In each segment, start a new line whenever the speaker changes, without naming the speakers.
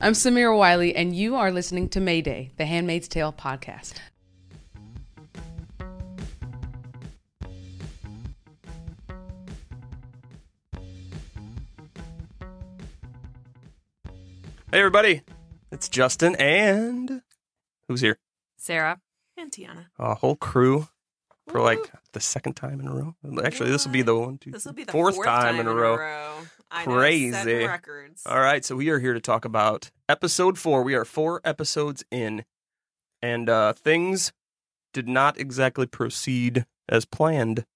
I'm Samira Wiley, and you are listening to Mayday, the Handmaid's Tale podcast.
Hey, everybody. It's Justin and who's here?
Sarah.
And Tiana.
A whole crew for like the second time in a row. Actually, this will be the one, two,
This will be the
fourth time, in a row.
I know,
Crazy.
setting records.
All right. So we are here to talk about episode four. We are four episodes in, and uh, things did not exactly proceed as planned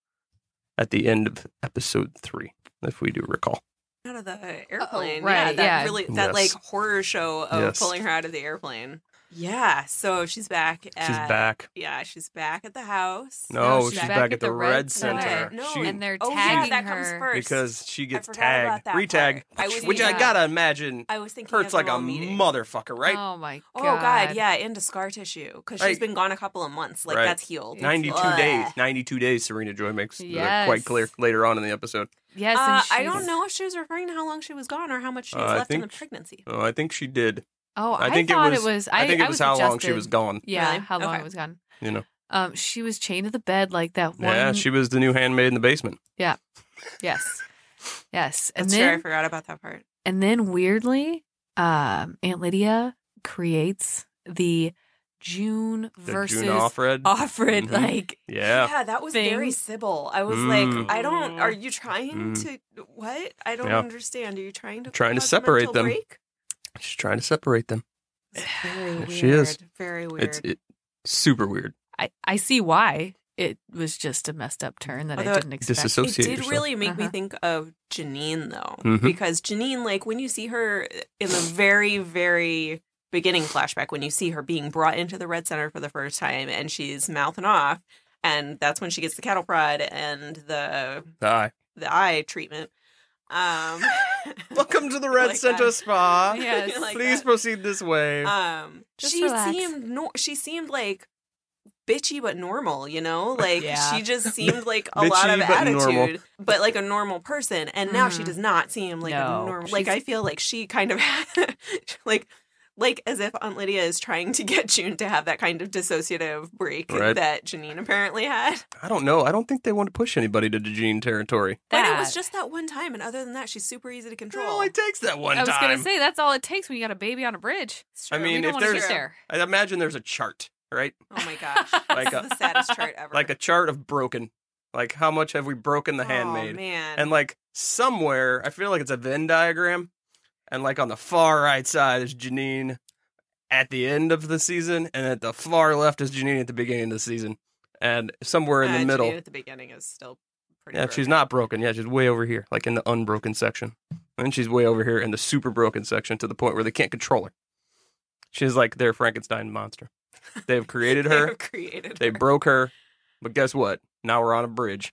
at the end of episode three, if we do recall.
Out of the airplane.
right,
Yeah, that
yeah.
really that
Yes.
like horror show of
Yes.
pulling her out of the airplane. Yeah. So she's back at
She's back.
Yeah, she's back at the house.
No,
she's
she's, back,
back
at, the, Red, Center.
Center. No,
She-
And they're
Oh, yeah,
tagging
that comes
her.
first.
because she gets
forgot about
tagged,
that
retag,
part. I was
which I
thinking-
gotta imagine
I was thinking
hurts
of
like
the
a
whole meeting.
motherfucker, right?
Oh my god.
Oh god, yeah, into scar tissue because she's
Right.
been gone a couple of months. Like
Right.
that's healed.
92
Ugh.
days. 92 days, Serena Joy makes that
Yes.
quite clear later on in the episode.
Yes, and
Uh, I don't
she's-
know if she was referring to how long she was gone or how much she
Uh,
was
I
left in the
think-
pregnancy.
Oh, I think she did.
Oh,
I
I,
think it
thought
was- I, think it was, how long she was
adjusted.
gone,
Yeah,
Really?
how long
Okay.
it was gone.
you know.
Um, she was chained to the bed like that one.
Yeah, she was the new handmaid in the basement.
Yes, yes, and
That's true. I
then
forgot about that part.
and then weirdly, um, Aunt Lydia creates the June
The
versus
June Offred.
Oh.
Offred,
Mm-hmm.
Mhm.
like
yeah.
that was
thing.
very Sybil. I was
Mm.
like, I don't. Are you trying
Mm.
to what? I don't
Yeah.
understand. Are you trying to
Trying to
cause a
separate
mental
them.
Break?
She's trying to separate them.
It's very weird.
She is.
very weird.
It's it, super weird.
I I see why it was just a messed up turn that I
Although-
didn't expect.
it
Disassociate
did
yourself.
really make me
Uh-huh.
think of Janine though,
Mhm.
because Janine, like when you see her in the very, very beginning flashback, when you see her being brought into the Red Center for the first time, and she's mouthing off, and that's when she gets the cattle prod and the
Hi.
the eye treatment. Um,
Welcome to the Red
Like
Center
that.
Spa.
Yes.
Like
Please
that.
proceed this way.
Um,
Just
she
relax.
seemed no, she seemed like bitchy but normal, you know? Like
Yeah.
she just seemed like a
Bitchy
lot of
but
attitude,
normal.
but like a normal person. And now she
Mhm.
does not seem like
No.
a normal. Like
She's-
I feel like she kind of like like as if Aunt Lydia is trying to get June to have that kind of dissociative break
Right.
that Janine apparently had.
I don't know. I don't think they want to push anybody to Jean territory.
But it was
That-
just that one time, and other than that, she's super easy to
It
control.
only takes that one
I was
time.
gonna say that's all it takes when you got a baby on a bridge.
It's
I
true.
mean,
we
if
don't wanna
there's-
get there.
I imagine there's a chart, right?
oh my gosh,
Like
this
a-
is the saddest chart ever.
Like a chart of broken. Like how much have we broken the
oh,
handmaid?
man.
And like somewhere, I feel like it's a Venn diagram, and like on the far right side is Janine at the end of the season, and at the far left is Janine at the beginning of the season, and somewhere in
Uh,
the
Janine
middle.
at the beginning is still pretty.
Yeah, she's not broken. Yeah, she's way over here, like in the unbroken section. And she's way over here in the super broken section to the point where they can't control her. She's like their Frankenstein monster. They've created
They
her,
have created
they
her.
broke her, but guess what? Now we're on a bridge.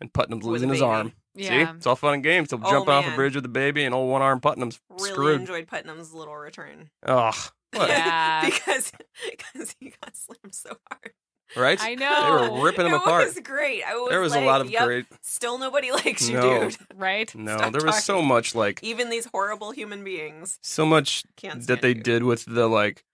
And Putnam's
With a
losing his
baby.
arm.
Yeah.
See? It's all fun and games. He'll
Oh,
jump off a
man.
bridge with a baby, and old one arm Putnam's
really
screwed.
enjoyed Putnam's little return.
Ugh. What?
Yeah.
because because he got slammed so hard.
Right? They
I know.
were ripping him
it
apart.
was great. I was
There was
like,
a lot of
yep,
great.
Still nobody likes you,
No.
dude.
right?
No,
Stop
there was so
talking.
much, like,
Even these horrible human beings
so much
can't.
that
stand
they
you.
did with the like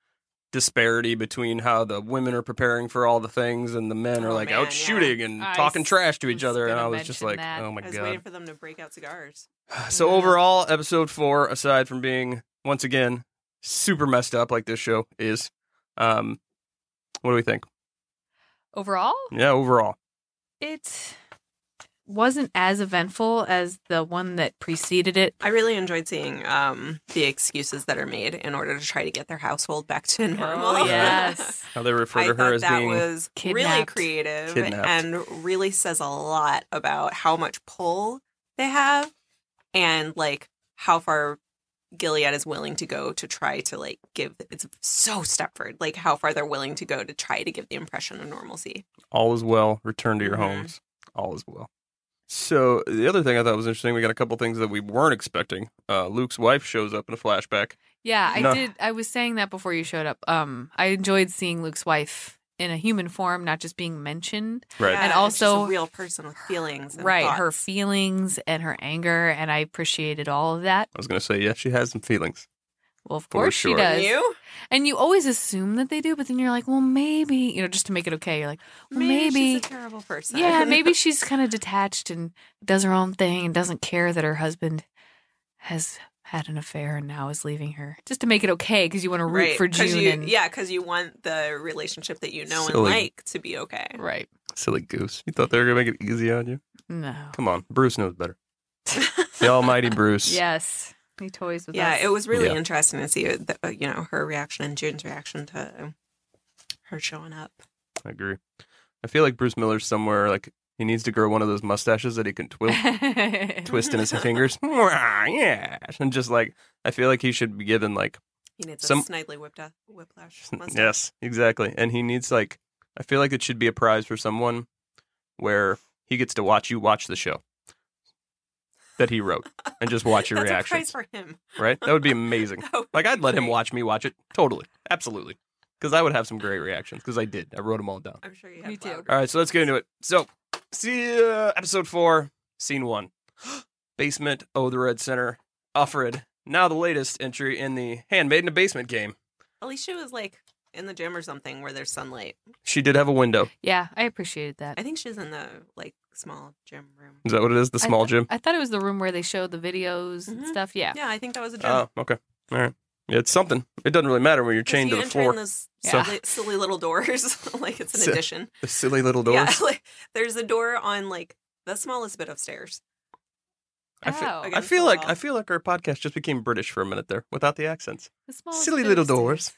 disparity between how the women are preparing for all the things and the men are
Oh,
like
man,
out
yeah.
shooting and
I
talking
s-
trash to each
was
other and
gonna
I was just
mention
like
that.
oh my
I was
god
waiting for them to break out cigars.
so overall episode 4 aside from being once again super messed up like this show is um what do we think
Overall,
yeah overall
it wasn't as eventful as the one that preceded it.
I really enjoyed seeing um, the excuses that are made in order to try to get their household back to normal.
Oh, yes.
how they refer
I
to her
thought
as
that
being
was really
Kidnapped.
creative
Kidnapped.
and really says a lot about how much pull they have and like how far Gilead is willing to go to try to like give it's so Stepford like how far they're willing to go to try to give the impression of normalcy.
all is well return to your
Mhm.
homes all is well so the other thing I thought was interesting we got a couple things that we weren't expecting uh Luke's wife shows up in a flashback
Yeah, I
No.
did. I was saying that before you showed up. Um, I enjoyed seeing Luke's wife in a human form, not just being mentioned.
Right.
And
she's
also-
a real person with feelings, and
right, her
thoughts.
feelings and her anger, and I appreciated all of that.
I was going to say, yeah, she has some feelings.
Well, of
For
course she
sure.
Can
does.
you?
And you always assume that they do, but then you're like, well, maybe, you know, just to make it okay. You're like, well, maybe.
she's a terrible person.
yeah, maybe she's kind of detached and does her own thing and doesn't care that her husband has had an affair and now is leaving her. Just to make it okay because you want to root
right
for
'cause
June.
You,
and,
Yeah, because you want the relationship that you know
Silly.
and like to be okay.
Right.
Silly goose. You thought they were going to make it easy on you?
No.
Come on. Bruce knows better. The almighty Bruce.
Yes. He toys with
Yeah,
us.
it was really
Yeah.
interesting to see uh, the, you know her reaction and June's reaction to her showing up.
I agree. I feel like Bruce Miller's somewhere, like, he needs to grow one of those mustaches that he can twirl. twist in his fingers. Mwah, yeah. And just like, I feel like he should be given like,
He needs
Some-
a snidely whipped up whiplash. mustache.
yes, exactly. And he needs like, I feel like it should be a prize for someone where he gets to watch you watch the show that he wrote and just watch your
That's
reactions.
a prize for him.
right? That would be amazing.
That would
Like,
be
I'd let him
great.
watch me watch it. Totally. Absolutely. Because I would have some great reactions because I did. I wrote them all down.
I'm sure you
Me
have
too.
loud
All right, so let's get into it. So, see uh, episode four, scene one, basement. Oh, the red center. Offred. Now the latest entry in the handmade in a basement game.
Alicia was like in the gym or something where there's sunlight.
She did have a window.
yeah, I appreciated that.
I think she's in the like small gym room.
Is that what it is? The
I
small
th-
gym.
I thought it was the room where they showed the videos and
Mhm.
stuff. Yeah.
Yeah, I think that was a gym.
Oh, okay. All right. Yeah, it's something. It doesn't really matter when you're
'Cause
chained
you
to the
enter
floor.
In those
Yeah.
silly, silly little doors, like it's an
So-
addition.
The silly little doors.
Yeah, like there's a door on like the smallest bit of stairs.
I fe-
Ow.
I
Against
feel
the
like
wall.
I feel like our podcast just became British for a minute there, without the accents.
The smallest
Silly
bit
little
of stairs.
doors.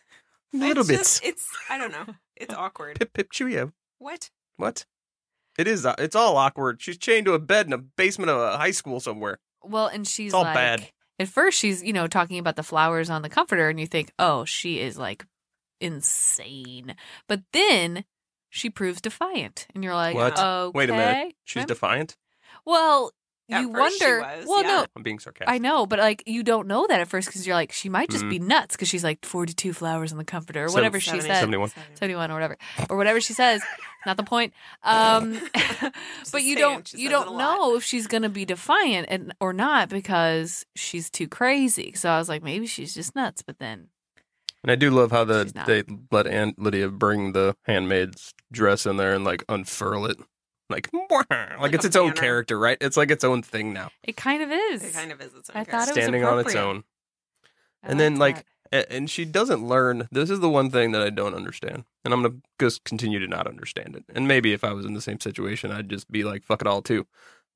Little
it's
bits.
Just, it's I don't know. It's awkward.
Pip pip cheerio.
What?
What? It is. uh, It's all awkward. She's chained to a bed in a basement of a high school somewhere.
Well, and she's
It's all
like,
bad.
At first, she's you know talking about the flowers on the comforter, and you think, oh, she is like insane. But then she proves defiant, and you're like,
What?
okay,
Wait a minute. She's
Remember-
defiant.
well,
At
you
first she
wonder.
was,
well,
yeah.
no,
I'm being sarcastic.
I know, but like you don't know that at first because you're like, she might
Mm-hmm.
just be nuts because she's like 42 flowers on the comforter or
Seven-
whatever she
Seventy-
said.
71.
71 or whatever or whatever she says not the point um but you
She's
don't
saying- she
you
says it a
don't
lot.
know if she's gonna be defiant and or not because she's too crazy so i was like maybe she's just nuts but then
And I do love how
She's
the
not.
they let Aunt Lydia bring the handmaid's dress in there and like unfurl it. Like, like,
Like
it's
a
its own
banner.
character, right? It's like its own thing now,
it kind of is
It kind of is its own
I thought it was
standing on its
appropriate.
own.
I
and then, like,
that.
A- And she doesn't learn. This is the one thing that I don't understand, and I'm gonna just continue to not understand it. And maybe if I was in the same situation, I'd just be like, "Fuck it all," too.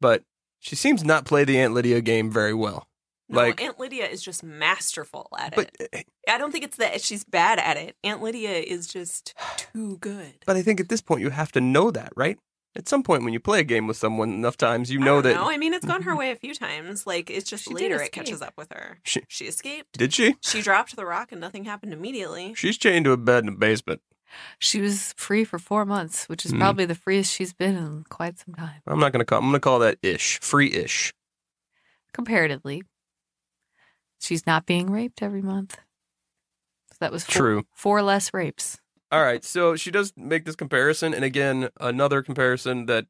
But she seems not play the Aunt Lydia game very well.
No,
like-
Aunt Lydia is just masterful at
But eh,
it. I don't think it's that she's bad at it. Aunt Lydia is just too good.
But I think at this point you have to know that, right? At some point when you play a game with someone enough times, you
I
know
don't
that.
know. I mean, it's gone her way a few times. Like it's just
She did
later it
escape.
catches up with her.
She-
she escaped.
Did she?
She dropped the rock and nothing happened immediately.
She's chained to a bed in a basement.
she was free for four months which is
Mm.
probably the freest she's been in quite some time
I'm not gonna call. I'm gonna call that ish, free ish.
comparatively she's not being raped every month so that was four,
True.
four less rapes
All right, so she does make this comparison, and again, another comparison that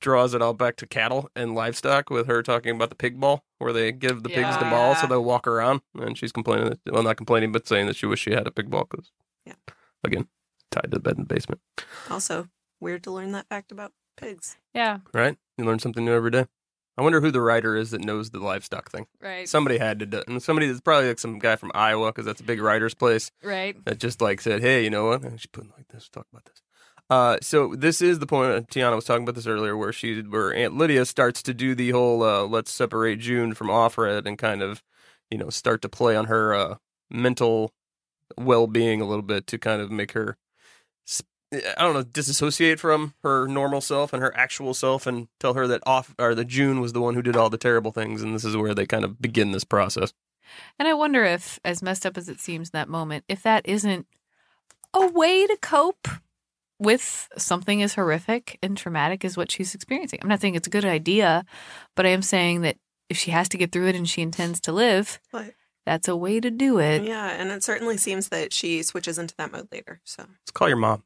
draws it all back to cattle and livestock with her talking about the pig ball, where they give the pigs the ball so
Yeah.
they'll walk around, and she's complaining. That, well, not complaining, but saying that she wish she had a pig ball because,
Yeah.
again, tied to the bed in the basement.
Also, weird to learn that fact about pigs.
yeah
Right? You learn something new every day. I wonder who the writer is that knows the livestock thing.
right
Somebody had to do and somebody that's probably like some guy from Iowa because that's a big writer's place
right
that just like said, "Hey, you know what? I should put it like this. Talk about this." Uh, so this is the point that Tiana was talking about this earlier, where she, where Aunt Lydia starts to do the whole uh, "let's separate June from Offred" and kind of, you know, start to play on her uh, mental well-being a little bit to kind of make her, sp- I don't know, disassociate from her normal self and her actual self, and tell her that off or that June was the one who did all the terrible things, and this is where they kind of begin this process.
And I wonder if, as messed up as it seems in that moment, if that isn't a way to cope with something as horrific and traumatic as what she's experiencing. I'm not saying it's a good idea, but I am saying that if she has to get through it and she intends to live,
But
that's a way to do it.
yeah, and it certainly seems that she switches into that mode later. So
Let's call your mom.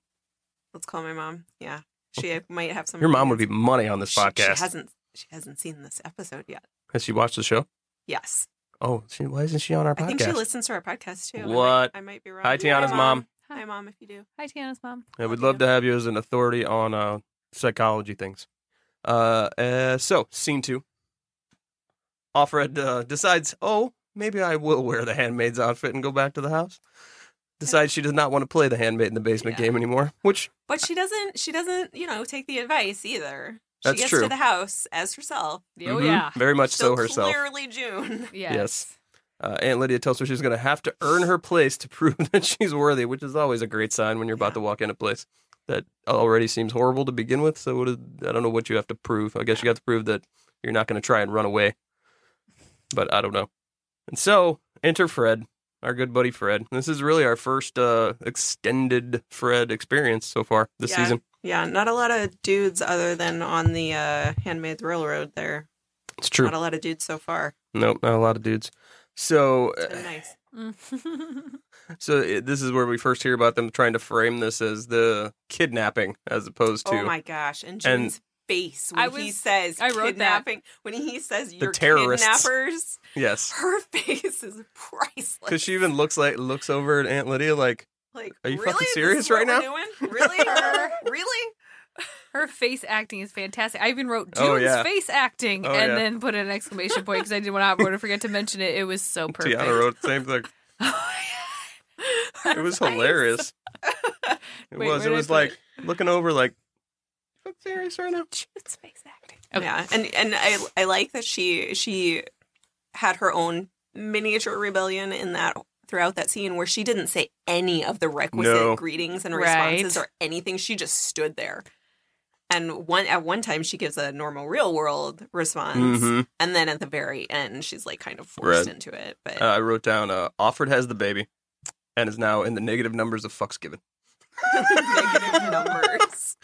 let's call my mom. Yeah, she might have some.
Your mom would be money on this
She-
podcast.
She hasn't. She hasn't seen this episode yet.
Has she watched the show?
Yes.
Oh, she, why isn't she on our podcast?
I think she listens to our podcast too. I might-
What?
I might, be wrong.
Hi, Tiana's
Hi,
mom.
Hi, mom, if you do.
Hi, Tiana's mom.
I would love to have you as an authority on uh, psychology things. Uh, uh, so, scene two. Offred uh, decides, oh, maybe I will wear the handmaid's outfit and go back to the house. Decides she does not want to play the handmaid in the basement
Yeah.
game anymore, which
But she doesn't. She doesn't. You know, take the advice either.
That's
she gets
true.
to the house as herself.
Oh
mhm,
yeah.
very much so
Still
herself.
Clearly June.
Yes. Uh, Aunt Lydia tells her she's going to have to earn her place to prove that she's worthy, which is always a great sign when you're about
Yeah.
to walk into a place that already seems horrible to begin with. So what is, I don't know what you have to prove. I guess you have to prove that you're not going to try and run away. But I don't know. And so enter Fred, our good buddy Fred. This is really our first uh, extended Fred experience so far this
Yeah.
season.
Yeah, not a lot of dudes other than on the uh, Handmaid's Railroad. There,
It's true.
not a lot of dudes so far.
Nope, not a lot of dudes. So uh,
It's been nice.
Mm.
So it, this is where we first hear about them trying to frame this as the kidnapping, as opposed to
Oh my gosh! And June's face when
I
he
was-
says
I wrote that.
kidnapping. When he says you're
terrorists."
kidnappers,
yes,
her face is priceless.
because she even looks like looks over at Aunt Lydia like
like,
Are you
really?
fucking
This is
serious right
what we're
now?
doing? Really? Her? really?
Her face acting is fantastic. I even wrote June's
Oh, yeah.
face acting
Oh,
and
yeah.
then put an exclamation point because I did not want to forget to mention it. It was so perfect. Oh,
Tiana wrote the same thing. It was hilarious. it was.
Wait, where
It
did I
was
put
like looking over like. "You look Serious right now?
June's face acting.
Yeah, and and I I like that she she had her own miniature rebellion in that throughout that scene where she didn't say any of the requisite
No.
greetings and
Right.
responses or anything. She just stood there. And one at one time she gives a normal real world response,
Mhm.
and then at the very end she's like kind of forced
Right.
into it. But
Uh, I wrote down. Uh, Offred has the baby, and is now in the negative numbers of fucks given.
negative numbers.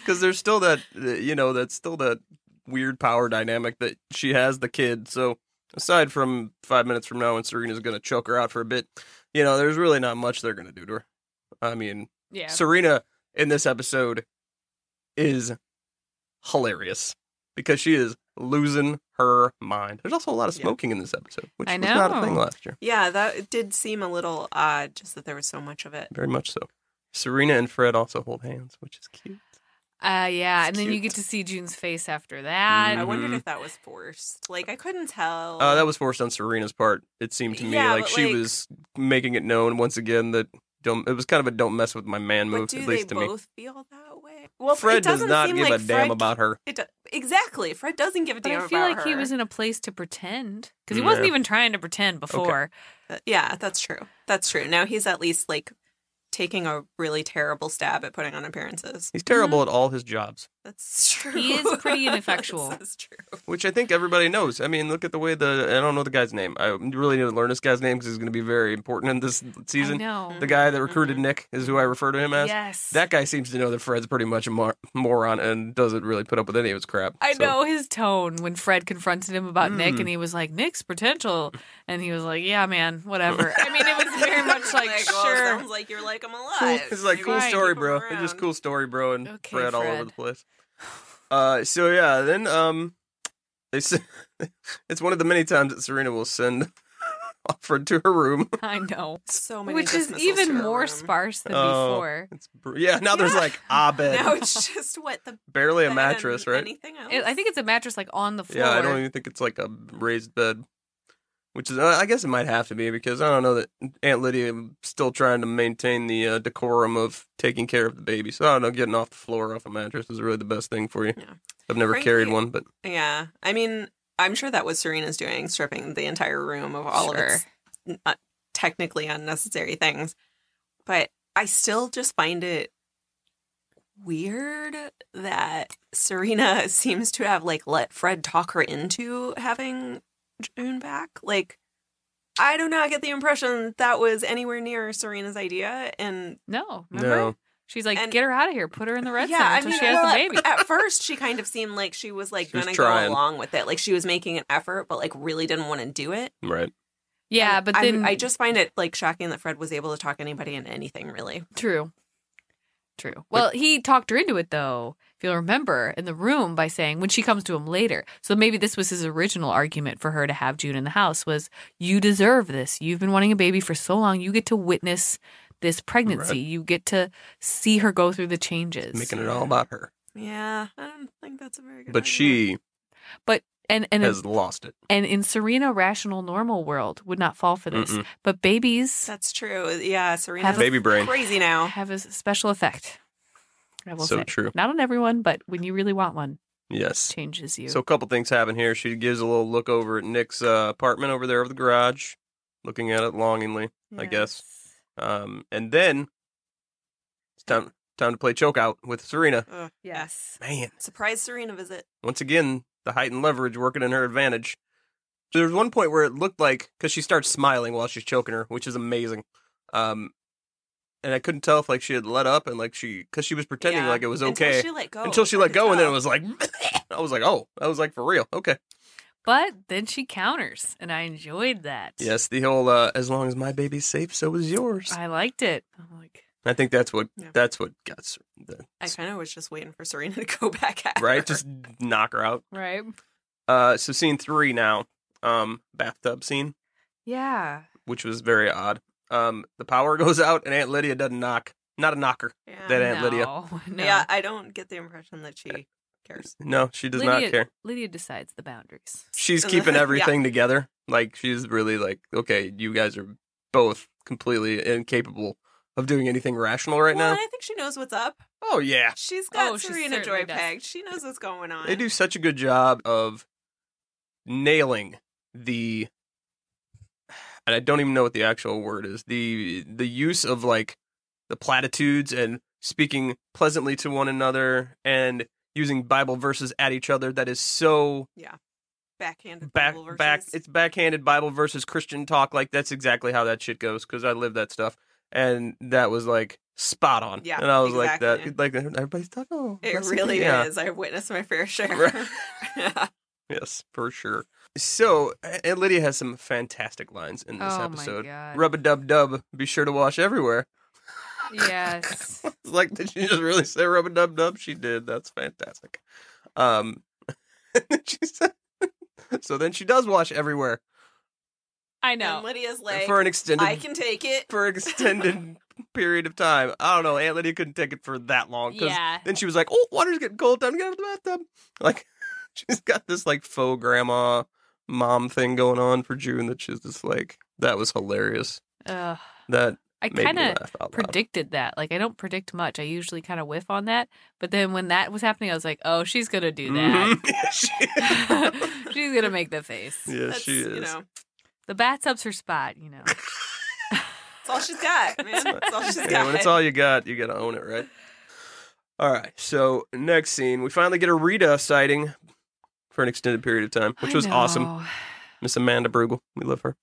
because there's still that uh, you know that's still that weird power dynamic that she has the kid so aside from five minutes from now when serena's going to choke her out for a bit you know there's really not much they're going to do to her i mean
Yeah.
serena in this episode is hilarious because she is losing her mind there's also a lot of
Yeah.
smoking in this episode which
I
was not a
know.
thing last year
Yeah, that did seem a little odd, just that there was so much of it.
very much so serena and fred also hold hands which is cute
Uh, yeah.
It's
and then you
cute.
get to see June's face after that.
I wondered
Mhm.
if that was forced. Like I couldn't tell.
Uh, that was forced on Serena's part. It seemed to me
Um, Yeah,
like
but,
she
like-
was making it known once again that don't. It was kind of a don't mess with my man
but
move,
do
at least
they
to me.
both feel that way? Well,
Fred
it
does
doesn't
not
seem
give
like
a damn
Fred-
about her.
It do- exactly. Fred doesn't give a
But
damn
I feel
about
like he
her.
was in a place to pretend because he
Yeah.
wasn't even trying to pretend before.
Uh, yeah, that's true. That's true. Now he's at least like taking a really terrible stab at putting on appearances.
He's terrible
Mm-hmm.
at all his jobs,
That's true.
He is pretty ineffectual.
that's true.
which I think everybody knows. I mean, look at the way the I don't know the guy's name. I really need to learn this guy's name because he's going to be very important in this
I
season.
know.
The guy that recruited
Mm-hmm.
Nick is who I refer to him as.
yes.
That guy seems to know that Fred's pretty much a mor- moron and doesn't really put up with any of his crap.
I
so-
know his tone when Fred confronted him about Nick
Mm.
and he was like, Nick's potential. And he was like, yeah, man, whatever. I mean, it was very much like,
well,
sure.
Sounds like you're like him a lot.
cool. It's like
Maybe
cool
we should
story,
keep him
bro. It's just
around.
cool story, bro, and
Okay,
Fred, all over
Fred.
the place. Uh, so yeah, then um, they s- it's one of the many times that Serena will send Alfred to her room.
I know.
So many
Which is
dismissals to
even
her
more
room.
sparse than
Oh.
before.
It's br- yeah. Now there's like ah bed,
Now it's just what the
barely a
bed
mattress,
and
right?
Anything else?
It, I think it's a mattress like on the floor.
Yeah, I don't e even think it's like a raised bed, which is uh, I guess it might have to be because I don't know that Aunt Lydia still trying to maintain the uh, decorum of taking care of the baby. So I don't know, getting off the floor off a mattress is really the best thing for you.
Yeah.
I've never
Frankly,
carried one, but
Yeah. I mean, I'm sure that was Serena's doing, stripping the entire room of all of its n- uh, technically unnecessary things. But I still just find it weird that Serena seems to have like let Fred talk her into having June back. Like, I do not get the impression that was anywhere near Serena's idea. And
No, remember?
no.
She's like,
And-
get her out of here. Put her in the red
yeah,
center
I
until
mean,
she has
well,
the baby.
At first, she kind of seemed like she was like
She was
going to
trying.
go along with it. Like she was making an effort, but like really didn't want to do it.
Right.
yeah,
And
but
I'm-
then
I just find it like shocking that Fred was able to talk anybody into anything. Really,
True. True. Well, he talked her into it though. if you'll remember, in the room by saying when she comes to him later. So maybe this was his original argument for her to have June in the house was you deserve this. You've been wanting a baby for so long. You get to witness this pregnancy. You get to see her go through the changes.
making it all about her.
Yeah, I don't think that's uh, a very good.
But she
and and
has lost it.
and in Serena rational normal world would not fall for this.
Mm-mm.
But babies
That's true. Yeah, Serena.
Have a-
Baby brain.
Crazy now.
have a s- special effect. I will
So
say.
true.
Not on everyone, but when you really want one,
Yes.
changes you.
So a couple things happen here. She gives a little look over at Nick's uh, apartment over there over the garage, looking at it longingly. I guess. Um, and then it's time time to play choke out with Serena.
Ugh,
Yes.
Man,
Surprise Serena visit.
once again, the height and leverage working in her advantage. There was one point where it looked like because she starts smiling while she's choking her, which is amazing. Um, and I couldn't tell if like she had let up and like she because she was pretending
Yeah.
like it was
Until
okay
she let go.
until she
I
let
could
go, and then it
tell.
was like I was like, oh, that was like for real, okay.
But then she counters, and I enjoyed that.
Yes, the whole uh, as long as my baby's safe, so is yours.
I liked it. I'm like,
I think that's what
Yeah.
that's what got Ser- the,
I kind of was just waiting for Serena to go back at her.
right. Just knock her out.
right?
Uh, so scene three now, um, bathtub scene,
Yeah.
which was very odd. Um, the power goes out and Aunt Lydia doesn't knock. Not a knocker.
yeah.
that Aunt Lydia.
No, no.
Yeah, I don't get the impression that she cares.
No, she does
Lydia,
not care.
Lydia decides the boundaries.
She's keeping
Yeah.
everything together. Like she's really like, okay, you guys are both completely incapable of doing anything rational right
well,
now.
and I think she knows what's up.
Oh yeah,
She's got
Oh, she
Serena
certainly
joy
does.
pegged. She knows what's going on.
they do such a good job of nailing the. And I don't even know what the actual word is. the The use of like the platitudes and speaking pleasantly to one another and using Bible verses at each other. That is so
backhanded
back
Bible
back.
verses.
It's backhanded Bible versus Christian talk. Like that's exactly how that shit goes because I live that stuff, and that was like spot on.
Yeah,
and I was
exactly.
like that. Like everybody's talking. Oh,
It
bless you.
really
Yeah.
is. I've witnessed my fair share.
Right.
yeah.
Yes, for sure. So, and Lydia has some fantastic lines in this
oh
episode.
my god.
Rub a dub dub, be sure to wash everywhere.
yes.
It's like, did she just really say rub a dub dub? She did. That's fantastic. Um, she said, so then she does wash everywhere
I
And
know.
Lydia's like,
for an extended
I can take it.
for an extended period of time. I don't know. Aunt Lydia couldn't take it for that long because
Yeah.
then she was like, "Oh, water's getting cold. Time to get out of the bathtub." Like, she's got this like faux grandma mom thing going on for June that she's just like, that was hilarious.
Ugh.
That
I
made
kind
me
of
laugh out loud.
predicted that. Like I don't predict much. I usually kind of whiff on that. But then when that was happening, I was like, "Oh, she's gonna do that.
Mm-hmm. Mhm.
she's gonna make the face.
She- yeah,
That's,
she is.
You know,
The bathtub's her spot, you know."
it's all she's got, man. It's all she's
Yeah,
got.
when it's all you got, you got to own it, right? All right. So next scene, we finally get a Rita sighting for an extended period of time, which
I
was awesome.
know.
Miss Amanda Brugel, we love her.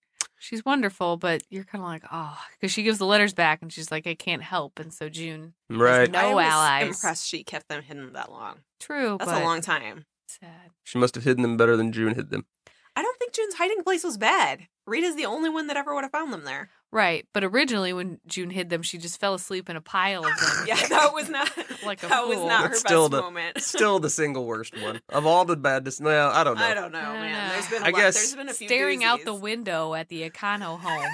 She's wonderful, but you're kind of like, oh, because she gives the letters back and she's like, I can't help, and so June.
Right.
no
I was
allies.
impressed she kept them hidden that long.
True,
That's
but
a long time.
sad.
She must have hidden them better than June hid them.
I don't think June's hiding place was bad. Rita's the only one that ever would have found them there.
Right, but originally when June hid them, she just fell asleep in a pile of them.
Yeah, that was not
Like a
that was
fool.
not her
That's still
best
the-
moment.
Still the single worst one of all the bad. Dis- well, I don't know.
I don't know,
I don't
man.
know.
There's been a
I
lot-
guess
there's been a few
Staring out the
doozies.
window at the Econo home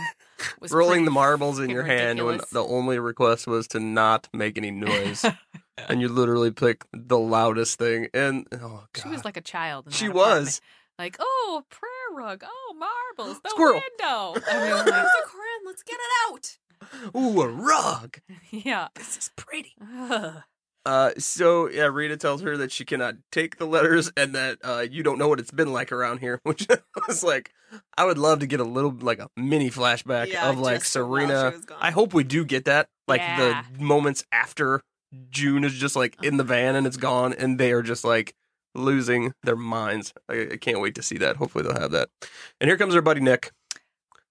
was
Rolling
pretty
the marbles in
freaking
your hand when
ridiculous.
the only request was to not make any noise, and you literally pick the loudest thing. And oh god,
She was like a child. In
She
that
was.
apartment. like, oh, prayer rug, oh, marbles, the
Squirrel.
window. I mean,
There's
like,
a Corin. Let's get it out.
Ooh, a rug.
yeah.
This is pretty.
Ugh.
Uh, so yeah, Rita tells her that she cannot take the letters and that uh, you don't know what it's been like around here. Which I was like, I would love to get a little like a mini flashback
Yeah,
of like
just while
Serena.
she was gone.
I hope we do get that. Like
Yeah. Uh-huh.
the moments after June is just like in the van and it's gone, and they are just like losing their minds. I, I can't wait to see that. Hopefully they'll have that. And here comes our buddy Nick.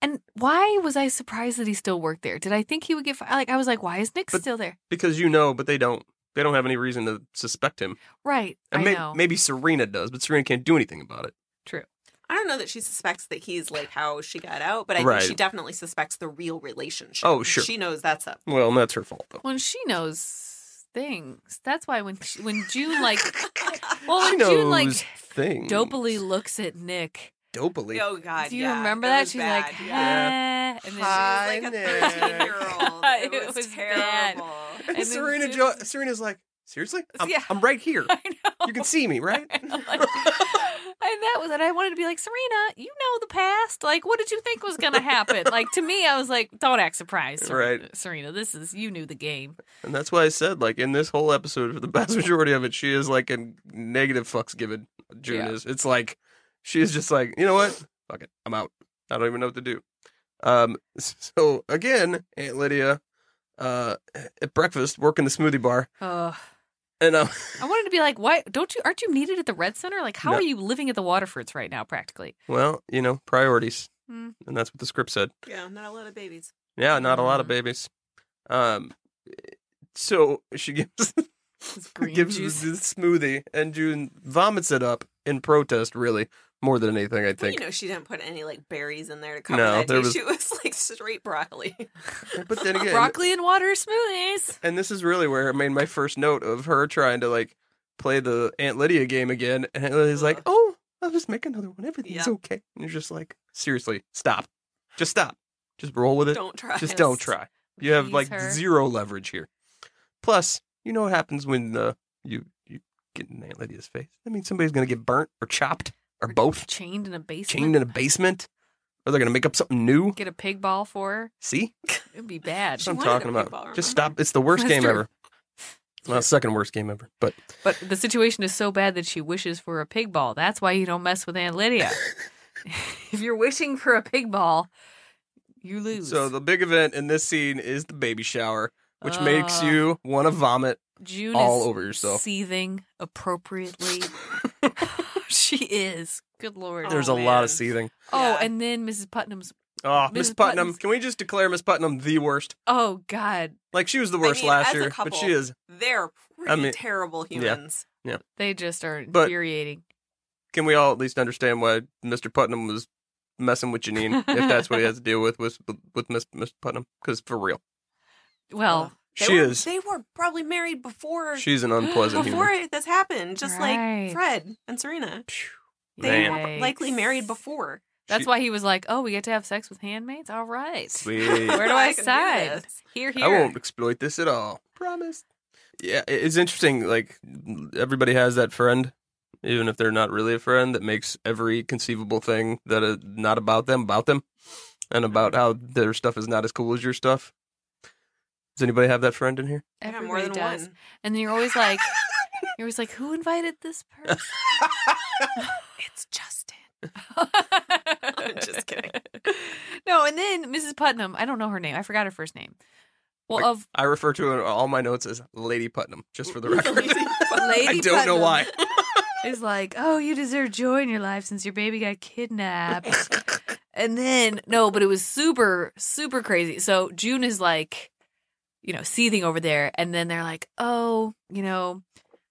And why was I surprised that he still worked there? Did I think he would get fi- like I was like, why is Nick
But-
still there?
Because you know, but they don't they don't have any reason to suspect him.
Right.
And
I
may-
know.
maybe Serena does, but Serena can't do anything about it.
True.
I don't know that she suspects that he's like how she got out, but I
Right.
think she definitely suspects the real relationship.
Oh, sure.
She knows that's up.
Well, and that's her fault though.
When she knows things. That's why when she- when June like well
She
when
knows
June like
things.
dopely looks at Nick.
Dopely.
oh God,
Do you
yeah,
remember
it
that?
was
She's
bad,
like,
yeah.
"Huh," and then-
Hi.
She was like
Nick.
a thirteen-year-old.
It
It was
was bad.
terrible.
And then
Serena.
June-
Jo- Serena's like, seriously? I'm,
Yeah.
I'm right here.
I know.
You can see me, right?
Like- and that was, and I wanted to be like, Serena, you know the past. Like, what did you think was going to happen? like, to me, I was like, don't act surprised. Serena,
Right.
Serena, this is, you knew the game.
And that's why I said, like, in this whole episode, for the vast majority of it, she is like a negative fucks given. June
Yeah.
is. It's like she is just like, you know what? Fuck it, I'm out. I don't even know what to do. Um. So again, Aunt Lydia, uh, at breakfast, working the smoothie bar,
Ugh.
and um,
I wanted to be like, why don't you, aren't you needed at the Red Center? Like, how
No.
are you living at the Waterfords right now, practically?
well, you know, priorities,
Hmm.
and that's what the script said.
Yeah, not a lot of babies.
Yeah, not a lot of
Mm.
babies. Um. So she gives
It's green
gives
juice.
the smoothie, and June vomits it up in protest. Really, more than anything, I
Well,
think.
you know, she didn't put any like berries in there to cover
No,
that.
there
dish.
was-
She was like straight broccoli.
But then again,
Broccoli and water smoothies.
and this is really where I made my first note of her trying to like play the Aunt Lydia game again. And Aunt Lydia's like,
Ugh.
"Oh, I'll just make another one. Everything's
Yeah.
okay." And you're just like, "Seriously, stop. Just stop. Just roll with it.
Don't try.
just
it.
don't try. You have
Please
like
her.
zero leverage here. Plus, you know what happens when uh, you you get in Aunt Lydia's face? That means somebody's gonna get burnt or chopped or both,
Chained in a basement.
chained in a basement, or they're gonna make up something new.
Get a pig ball for her.
See,
It'd be bad.
that's
She
what I'm
wanted
talking
a
about.
meatball,
Just
remember?
stop. It's the worst
That's
game
true.
ever. Well, second worst game ever, but.
But the situation is so bad that she wishes for a pig ball. That's why you don't mess with Aunt Lydia. if you're wishing for a pig ball, you lose.
So the big event in this scene is the baby shower, which makes you want to vomit
June
all
is
over yourself.
seething appropriately. she is. Good lord.
There's
Oh,
a lot
man.
of seething.
oh,
Yeah.
and then Mrs. Putnam's.
Oh, Miss
Mrs.
Putnam,
Putnam's-
can we just declare Miss Putnam the worst?
Oh God,
Like she was the worst
mean,
last
as a
year, but
couple,
she is.
They're pretty
I mean-
terrible
Yeah.
humans.
they just are
But-
infuriating.
Can we all at least understand why Mr. Putnam was messing with Janine if that's what he has to deal with with with Miss Miss Putnam? Because for real,
well,
They
she
were,
is.
They were probably married before
She's an unpleasant
before
human.
it this happened, just
Right.
like Fred and Serena. They were
Man.
Yikes.
likely married before.
That's
She-
why he was like, "Oh, we get to have sex with handmaids. All right,
Sweet.
where do
I
I
can do
sign?
this.
Here, here.
I won't exploit this at all. Promise. Yeah, i- it's interesting. Like everybody has that friend, even if they're not really a friend, that makes every conceivable thing that is not about them about them, and about how their stuff is not as cool as your stuff. Does anybody have that friend in here?
I got
Everybody
more than
does.
one.
And then you're always like, you're always like, who invited this person?
It's Justin.
I'm
just kidding.
No, and then Mrs. Putnam, I don't know her name. I forgot her first name. Well,
Like-
of
I refer to her in all my notes as Lady Putnam, just for the record.
Lady
I don't know
Putnam
why.
is like, oh, you deserve joy in your life since your baby got kidnapped. and then no, but it was super, super crazy. So June is like, you know, seething over there, and then they're like, oh, you know,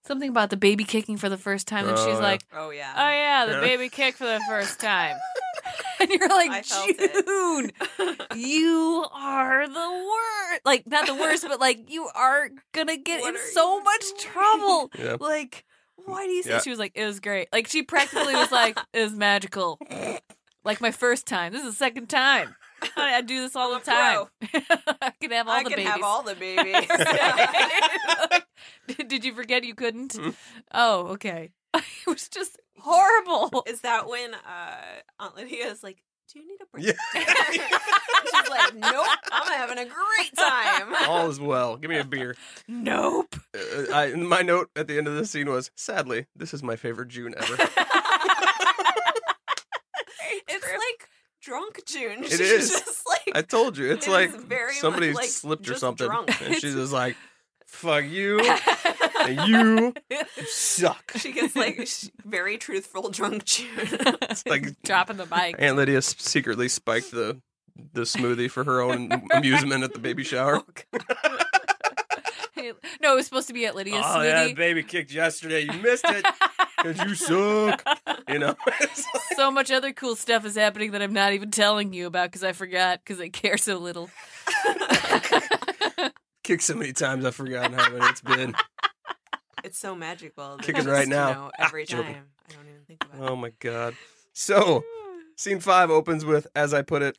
something about the baby kicking for the first time, and
Oh,
she's
yeah.
like,
Oh yeah.
Oh yeah, the
Yeah.
baby kicked for the first time. and you're like,
I felt it.
June, you are the worst. Like not the worst, but like you are gonna get
What
in
are
so
you
much
doing?
trouble.
Yeah.
Like, why do you say
Yeah.
she was like, it was great. Like she practically was like, it was magical. Like my first time. This is the second time. I, I do this all the time.
I'm
I can have all
I
the
can
babies.
have all the babies.
Did- Did you forget you couldn't?
Hmm.
oh, okay. it was just horrible.
is that when uh, Aunt Lydia is like, "Do you need a break?"
Yeah.
She's like, "Nope, I'm having a great time."
All is well. Give me a beer.
Nope.
Uh, I, my note at the end of this scene was, sadly, this is my favorite June ever.
It's like drunk June.
It
She's
is.
just like
I told you, it's
It
like
is very
somebody
much like
slipped or
just
something,
drunk.
and she's just like, "Fuck you, and you suck."
she gets like sh- very truthful drunk June.
like-
dropping the mic.
Aunt Lydia s- secretly spiked the the smoothie for her own amusement at the baby shower.
no, it was supposed to be at Lydia's
Oh yeah,
smoothie.
baby kicked yesterday. You missed it, and you suck. You know, It's like-
so much other cool stuff is happening that I'm not even telling you about because I forgot because I care so little.
Kicked so many times, I've forgotten how many it's been.
It's so magical. that
Kicking
you
right
just
now.
know every
Ah, joking.
time. I don't even think about
Oh my god. So, scene five opens with, as I put it,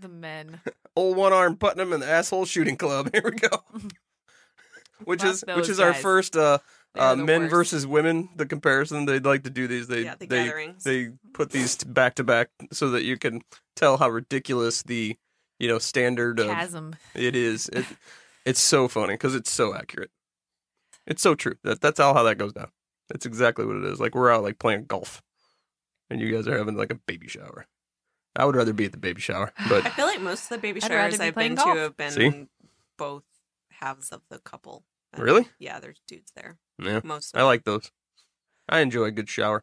The men.
old one arm Putnam and the asshole shooting club. Here we go. which
Fuck
is
those
which is our
guys.
first uh,
They are
uh
the
men
worst.
versus women. The comparison they'd like to do these. They
it. Yeah, the
they
gatherings.
they put these t- back to back so that you can tell how ridiculous the you know standard of
Chasm.
it is. It, it's so funny because it's so accurate. It's so true. That that's all how that goes down. That's exactly what it is. Like we're out like playing golf, and you guys are having like a baby shower. I would rather be at the baby shower,
I
but
feel like most of the baby
I'd rather
showers
be
I've
playing
been
golf.
to have been
See?
both halves of the couple.
Really?
Yeah, there's dudes there.
yeah,
Most of
I like those. I enjoy a good shower.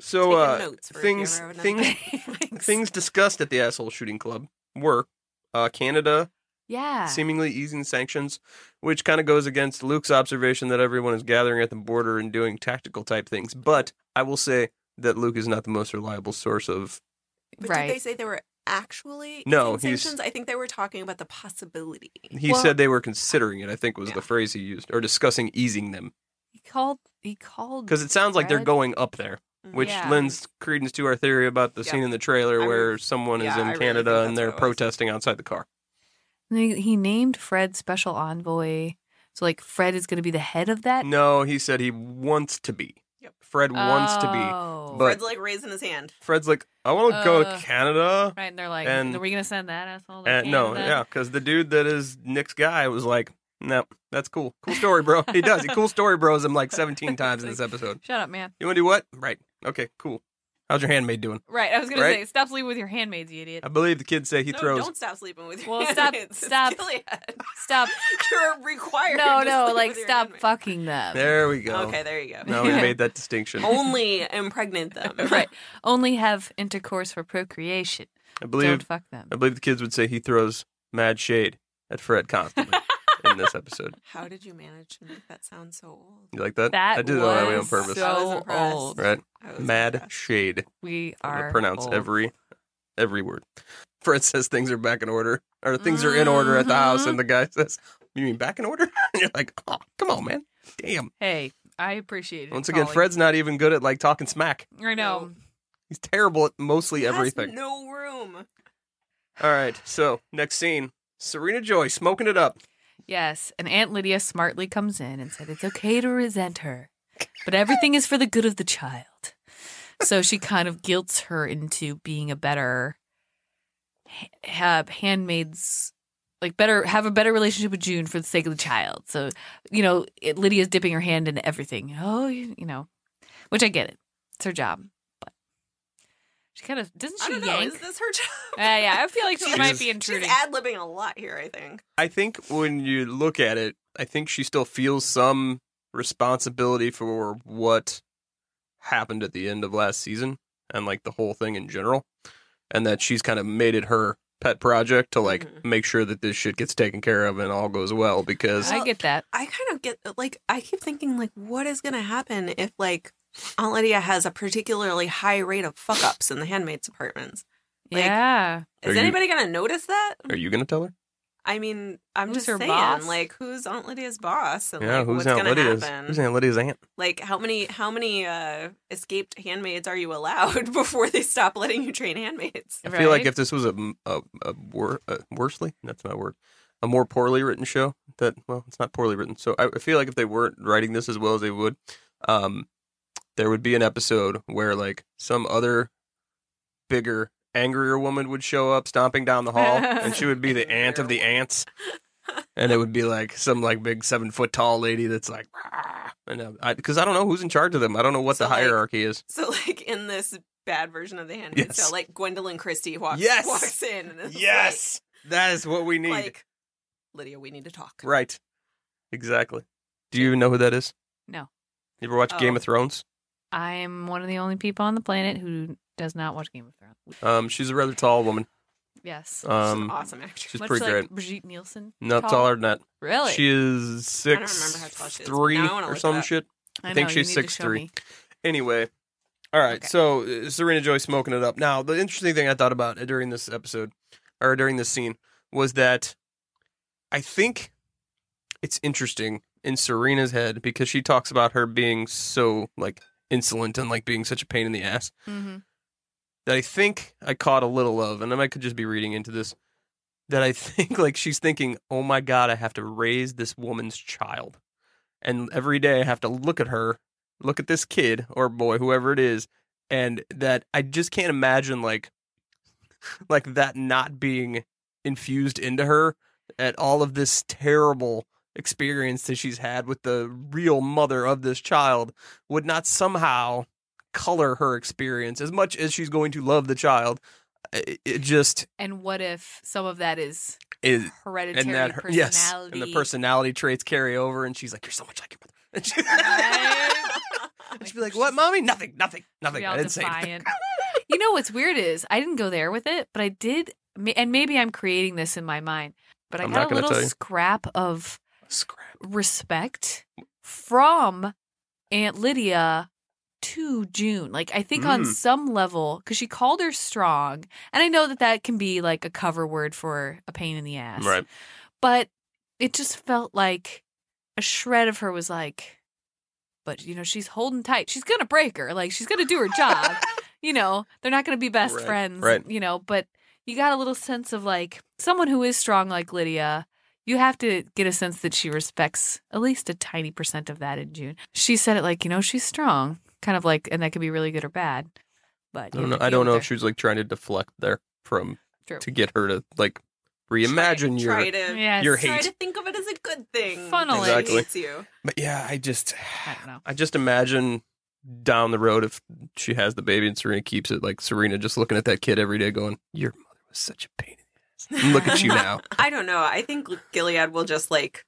So
Taking
uh,
notes for if you
things
ever have another
things things discussed at the asshole shooting club were uh, Canada
Ah.
Yeah.
seemingly easing sanctions, which kind of goes against Luke's observation that everyone is gathering at the border and doing tactical type things. But I will say that Luke is not the most reliable source of.
But
right.
did they say they were actually
No,
eating
he's- Mm-hmm.
sanctions? I think they were talking about the possibility.
He
Well-
said they were considering it. I think was
Yeah.
the phrase he used, or discussing easing them,
he called. He called.
because it sounds like they're
Fred?
going up there,
Mm-hmm.
which
Yeah.
lends credence to our theory about the
Yeah.
scene in the trailer
I
where
really-
someone is
yeah, I
in
really
Canada and
think that's
they're
what it was.
protesting outside the car.
And He, he named Fred special envoy. So like Fred is going to be the head of that.
No, he said he wants to be.
Yep.
Fred wants to be.
Oh.
but-
Fred's like raising his hand.
Fred's like, I want to go to
Uh,
Canada.
right, and they're like,
and-
"Are we going to send that asshole?" To
And no,
Canada?"
yeah, because the dude that is Nick's guy was like, no, that's cool. Cool story, bro. He does. He cool story bros him like 17 times in this episode.
Shut up, man.
You want to do what? Right. Okay, cool. How's your handmaid doing?
Right. I was going
Right?
to say, stop sleeping with your handmaids, you idiot.
I believe the kids say he
no,
throws.
don't stop sleeping with your
Well, stop-
handmaids. It's
stop.
Gilead.
Stop.
You're required.
No,
to
no,
sleep
like
with your
stop
handmaid.
fucking them.
There we go.
Okay, there you go.
Now we made that distinction.
Only impregnate them.
right. Only have intercourse for procreation.
I
Don't
believe
fuck them.
I believe the kids would say he throws mad shade at Fred constantly in this episode.
How did you manage to make that sound so old?
You like that?
That
I did it all that way on
was
purpose.
I was
So
impressed.
old.
right.
I was
Mad
impressed.
shade.
We
I'm
are
gonna pronounce
old.
every every word. Fred says things are back in order, or things are in order at the house,
Mhm.
and the guy says, "You mean back in order?" And you're like, "Oh, come on, man! Damn!"
Hey, I appreciate it.
Once again,
Polly.
Fred's not even good at like talking smack.
I know.
He's terrible at mostly
Has
everything.
no room.
All right, so next scene: Serena Joy smoking it up.
Yes, and Aunt Lydia smartly comes in and said it's okay to resent her, but everything is for the good of the child. So she kind of guilts her into being a better ha- have handmaids like better have a better relationship with June for the sake of the child. So, you know, it, Lydia's dipping her hand into everything. Oh, you, you know, which I get it. It's her job. But she kind of doesn't
I
she
don't know.
yank?
Is this her job?
Uh, yeah, I feel like she
She's-
might be
She's
intruding.
ad libbing a lot here. I think.
I think when you look at it, I think she still feels some responsibility for what happened at the end of last season and like the whole thing in general. And that she's kind of made it her pet project to like
Mhm.
make sure that this shit gets taken care of and all goes well because
I get that.
I kind of get like I keep thinking like what is going to happen if like Aunt Lydia has a particularly high rate of fuck ups in the handmaid's apartments. Like,
yeah.
Are
Is
you-
anybody going to notice that?
are you going to tell her?
I mean, I'm
Who's
just
her
saying
boss?
like who's Aunt Lydia's boss and
yeah,
like
who's
what's
Aunt
going to
Lydia's?
happen?
Who's Aunt Lydia's aunt?
like how many how many uh escaped handmaids are you allowed before they stop letting you train handmaids?
I feel like
Right?
if this was a, m- a, a wor- a worsely, that's not a word, a more poorly written show, that, well, it's not poorly written. So I I feel like if they weren't writing this as well as they would, um, there would be an episode where like some other bigger, angrier woman would show up stomping down the hall and she would be the aunt of the ants. And it would be like some like big seven foot tall lady that's like, "Rah." and because I, don't know who's in charge of them. I don't know what
So,
the
like,
hierarchy is.
So like in this bad version of the handmaid
Yes.
so like Gwendolyn Christie walks
Yes.
walks in and it's like-
Yes, that is what we need.
like Lydia, we need to talk.
Right. Exactly. Do you even know who that is?
No.
You ever watch
Oh.
Game of Thrones?
I'm one of the only people on the planet who does not watch Game of Thrones.
Um, she's a rather tall woman.
Yes.
She's an
Um,
awesome actress.
she's
Much
pretty
like
great.
Brigitte Nielsen.
No,
tall.
taller than that.
Really?
She is
don't remember
six
how tall she is.
three
Now I wanna
or
look it
some
up.
shit. I
know,
think
you
she's
need to
6'3".
show me.
Anyway, all right.
Okay.
So uh, Serena Joy smoking it up. uh, Now, the interesting thing I thought about during this episode or during this scene was that I think it's interesting in Serena's head because she talks about her being so like insolent and like being such a pain in the ass
Mm-hmm.
that I think I caught a little of, and I could just be reading into this. That I think like she's thinking, oh my god, I have to raise this woman's child, and every day I have to look at her, look at this kid or boy, whoever it is, and that I just can't imagine like, like that not being infused into her at all of this terrible experience that she's had with the real mother of this child would not somehow color her experience as much as she's going to love the child. It, it just
And what if some of that is
is,
hereditary
and that her,
personality?
yes, and the personality traits carry over, and she's like, "You're so much like your mother." And she, and she'd be like, "What, mommy? Nothing, nothing, nothing."
Real
I didn't say.
defiant. you know what's weird is I didn't go there with it, but I did, ma- and maybe I'm creating this in my mind, but I
I'm not
got a
gonna
little
tell you.
scrap of
Scrap.
respect from Aunt Lydia to June. Like I think on
Mm.
some level, because she called her strong, and I know that that can be like a cover word for a pain in the ass,
Right.
But it just felt like a shred of her was like, but you know, she's holding tight. She's gonna break her. Like she's gonna do her job. you know, they're not gonna be best
Right,
friends.
right.
You know, but you got a little sense of like someone who is strong like Lydia. You have to get a sense that she respects at least a tiny percent of that in June. She said it like, you know, she's strong, kind of like, and that could be really good or bad. But
I
you
don't know.
have to
I
deal
don't
with
know
her.
if she was like trying to deflect there from
True.
to get her to like reimagine your.
try to
Yes.
your
try
hate.
to think of it as a good thing.
Funnel
that
it.
she hates you.
But yeah, I just
I don't know.
I just imagine down the road if she has the baby and Serena keeps it, like Serena just looking at that kid every day, going, "Your mother was such a pain in the ass." And look at you now.
I don't know. I think Gilead will just like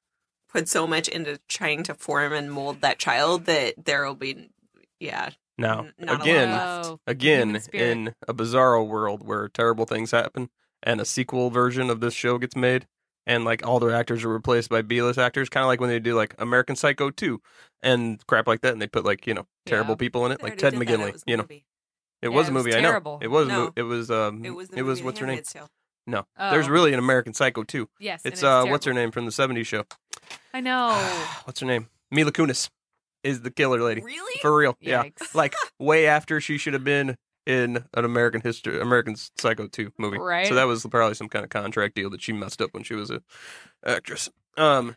put so much into trying to form and mold that child that there will be, yeah,
Now
N- not
again,
allowed.
Oh,
again
Human spirit.
in a bizarro world where terrible things happen and a sequel version of this show gets made and like all their actors are replaced by B-list actors, kind of like when they do like American Psycho 2 and crap like that, and they put like you know terrible
Yeah.
people in it,
They
like
already
Ted
did that. It
McGinley.
was the
You know,
movie.
it
Yeah,
was a
it was
movie. I
terrible.
know it was. a
No.
mo- it was. Um,
It was the
It was
movie, The
what's her name?
Handmaid's Tale.
No,
Oh.
there's really an American Psycho 2.
yes. and
It's, uh, what's her
terrible.
name from the '70s show?
I know.
what's her name? Mila Kunis is the killer lady
Really?
for real. Yeah,
Yikes.
like way after she should have been in an American History, American Psycho two movie.
Right.
So that was probably some kind of contract deal that she messed up when she was a actress. Um,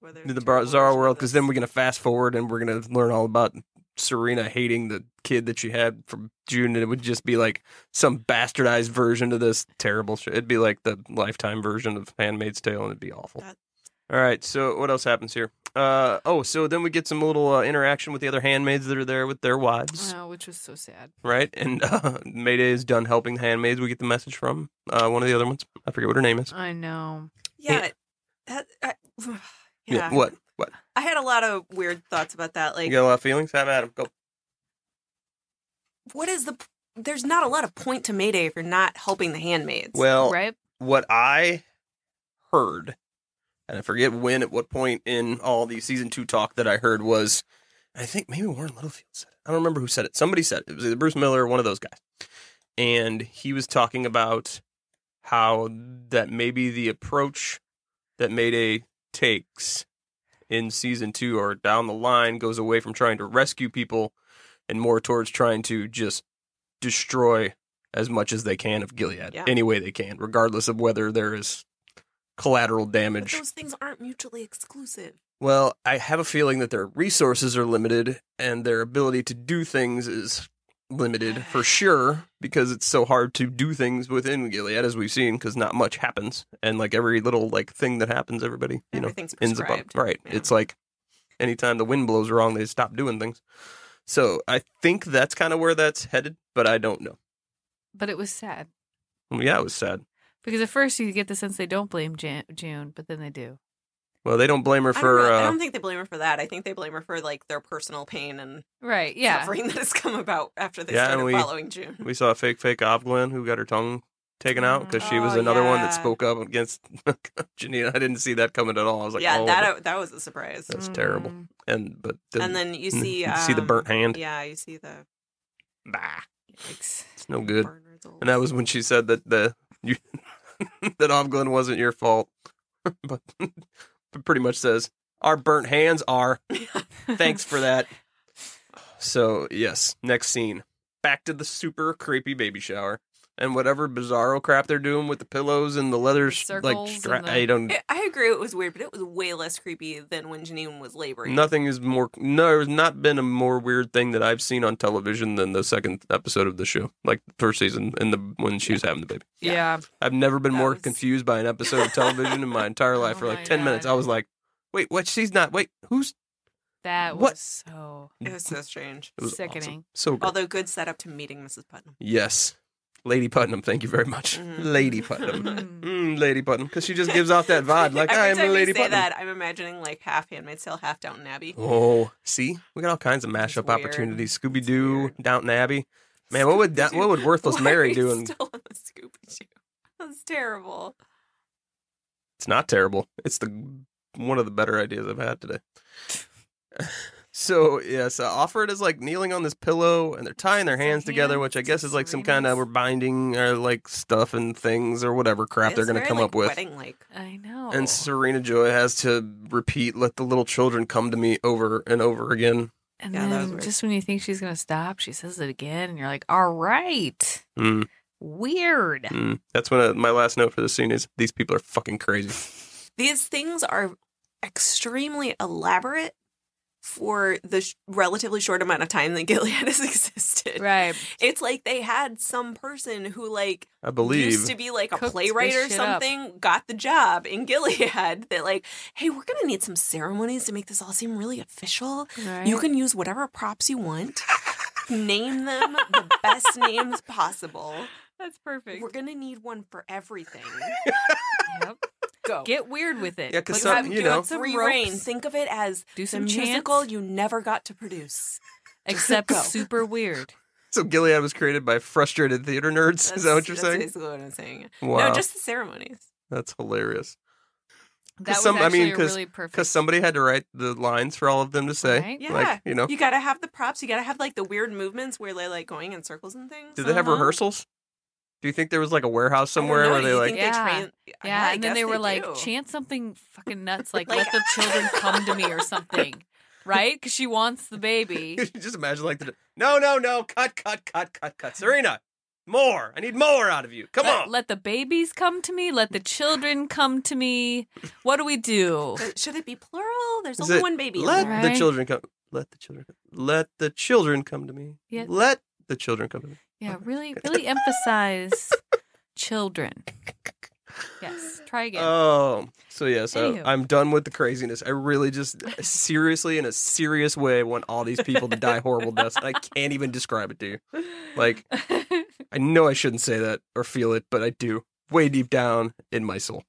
Whether
in the
it's terrible
bizarro
or
world, because then
this-
we're gonna fast forward and we're gonna learn all about Serena hating the kid that she had from June, and it would just be like some bastardized version of this terrible shit. It'd be like the Lifetime version of Handmaid's Tale, and it'd be awful.
That-
All right, so what else happens here? Uh, oh, so then we get some little uh, interaction with the other handmaids that are there with their wives,
Oh, which was so sad.
right? And uh, Mayday is done helping the handmaids. We get the message from uh, one of the other ones. I forget what her name is.
I know.
yeah, that, I, yeah.
What? What?
I had a lot of weird thoughts about that.
You
Like,
got a lot of feelings? Have at 'em. Go.
what is the? p- There's not a lot of point to Mayday if you're not helping the handmaids.
Well,
right?
what I heard, and I forget when, at what point in all the season two talk that I heard was, I think maybe Warren Littlefield said it. I don't remember who said it. Somebody said it. It was either Bruce Miller or one of those guys. And he was talking about how that maybe the approach that Mayday takes in season two or down the line goes away from trying to rescue people and more towards trying to just destroy as much as they can of Gilead
Yeah.
any way they can, regardless of whether there is collateral
but
damage.
those things aren't mutually exclusive.
Well, I have a feeling that their resources are limited and their ability to do things is limited for sure because it's so hard to do things within Gilead as we've seen because not much happens and like every little like thing that happens everybody you know
Everything's
ends up on-
prescribed.
right
Yeah.
it's like anytime the wind blows wrong they stop doing things so I think that's kind of where that's headed but I don't know
But it was sad
Well, yeah it was sad
because at first you get the sense they don't blame Jan- June, but then they do.
well they don't blame her
I don't,
for
know. I
uh,
don't think they blame her for that. I think they blame her for like their personal pain and
Right? Yeah.
suffering that has come about after they
Yeah, and
started
we-
following June.
We saw fake fake Avglen who got her tongue taken out because she was
Oh,
another one
yeah.
that spoke up against Janina. I didn't see that coming at all. I was like,
yeah,
oh,
that that was a surprise.
that's terrible.
Mm.
And but
and then you
mm,
see
you see the
um,
burnt hand.
Yeah, you see the
Bah,
Yikes.
it's no good.
burn results.
And that was when she said that the you, that Avglen wasn't your fault. but pretty much says our burnt hands are. Thanks for that. So yes, next scene. Back to the super creepy baby shower and whatever bizarro crap they're doing with the pillows and the leather
The
s- like
circles
stra-
and the-
I don't.
I- I agree. It was weird, but it was way less creepy than when Janine was laboring.
Nothing is more. No, there's not been a more weird thing that I've seen on television than the second episode of the show, like the first season, and the when she was having the baby.
Yeah.
I've never been
That
more
was-
confused by an episode of television in my entire life.
Oh
For
my
like ten minutes,
God.
I was like, "Wait, what? She's not. Wait, who's?"
That was
What?
so
It was so strange.
It was awesome.
sickening.
So good.
Although good setup to meeting Mrs. Putnam.
Yes. Lady Putnam, thank you very much.
Mhm.
Lady Putnam.
Mm.
Mm, Lady Putnam, because she just gives off that vibe like,
Every
I am
time
a Lady
you say
Putnam.
that, I'm imagining like half Handmaid's Tale, half Downton Abbey.
Oh, see? We got all kinds of mashup
weird.
opportunities.
It's
Scooby Doo,
weird.
Downton Abbey. Man, what would that,
Scooby-Doo.
what would Worthless
Why are
Mary
you
do? And
Still on the Scooby Doo. That's terrible.
it's not terrible. It's the one of the better ideas I've had today. so yes, uh, offered is like kneeling on this pillow and they're tying their
Their
hands together, which I
hands,
guess is like some
their
kind of
hands.
we're binding or like stuff and things or whatever crap they're
It's
going to
very,
come
like,
up with.
Wedding like.
I know.
And Serena Joy has to repeat, let the little children come to me over and over again.
And
Yeah, that was
then
weird.
just when you think she's going to stop, she says it again. And you're like, all right.
Mm,
Weird.
mm. That's when uh my last note for this scene is these people are fucking crazy.
These things are extremely elaborate for the sh- relatively short amount of time that Gilead has existed.
Right.
It's like they had some person who like
I believe.
used to be like a
Cooked
playwright
this
or
shit up.
something got the job in Gilead that like, hey, we're gonna need some ceremonies to make this all seem really official. You can use whatever props you want. Name them the best names possible.
That's perfect.
We're gonna need one for everything.
Yep.
Go.
Get weird with it.
Yeah, 'cause
Like,
some-
have-
you
do
know-
it some
free
ropes,
reign. Think of it as
do
the
some
musical
chants,
you never got to produce.
except
Go.
super weird.
So Gilead was created by frustrated theater nerds. is that what you're
That's- that's
saying?
basically what I'm saying.
Wow,
No, just the ceremonies.
that's hilarious.
That was
some- I
actually
mean,
a
'cause-
really perfect.
Because somebody had to write the lines for all of them to say.
Right?
Yeah.
Like oh. you know,
You gotta have the props. You gotta have like the weird movements where they're like going in circles and things.
did they have
Uh-huh.
rehearsals? Do you think there was like a warehouse
I don't
somewhere
know,
where
do
they
you
like?
think
Yeah.
train- I-
yeah,
I
and then
guess
they were like,
do.
chant something fucking nuts, like,
Like-
let the children come to me or something, right? Because she wants the baby.
just imagine like the no, no, no, cut, cut, cut, cut, cut, Serena, more. I need more out of you. Come
let,
on.
let the babies come to me. Let the children come to me. What do we do?
But should it be plural? There's
Is
only
it-
one baby. in
Let
there.
the
Right.
children come. Let the children. Come. Let the children come to me.
Yeah.
Let the children come to me.
Yeah, really, really emphasize children. Yes, try again.
Oh, so yeah, so
Anywho.
I'm done with the craziness. I really just uh, seriously, in a serious way, want all these people to die horrible deaths. I can't even describe it to you. Uh, Like, I know I shouldn't say that or feel it, but I do way deep down in my soul.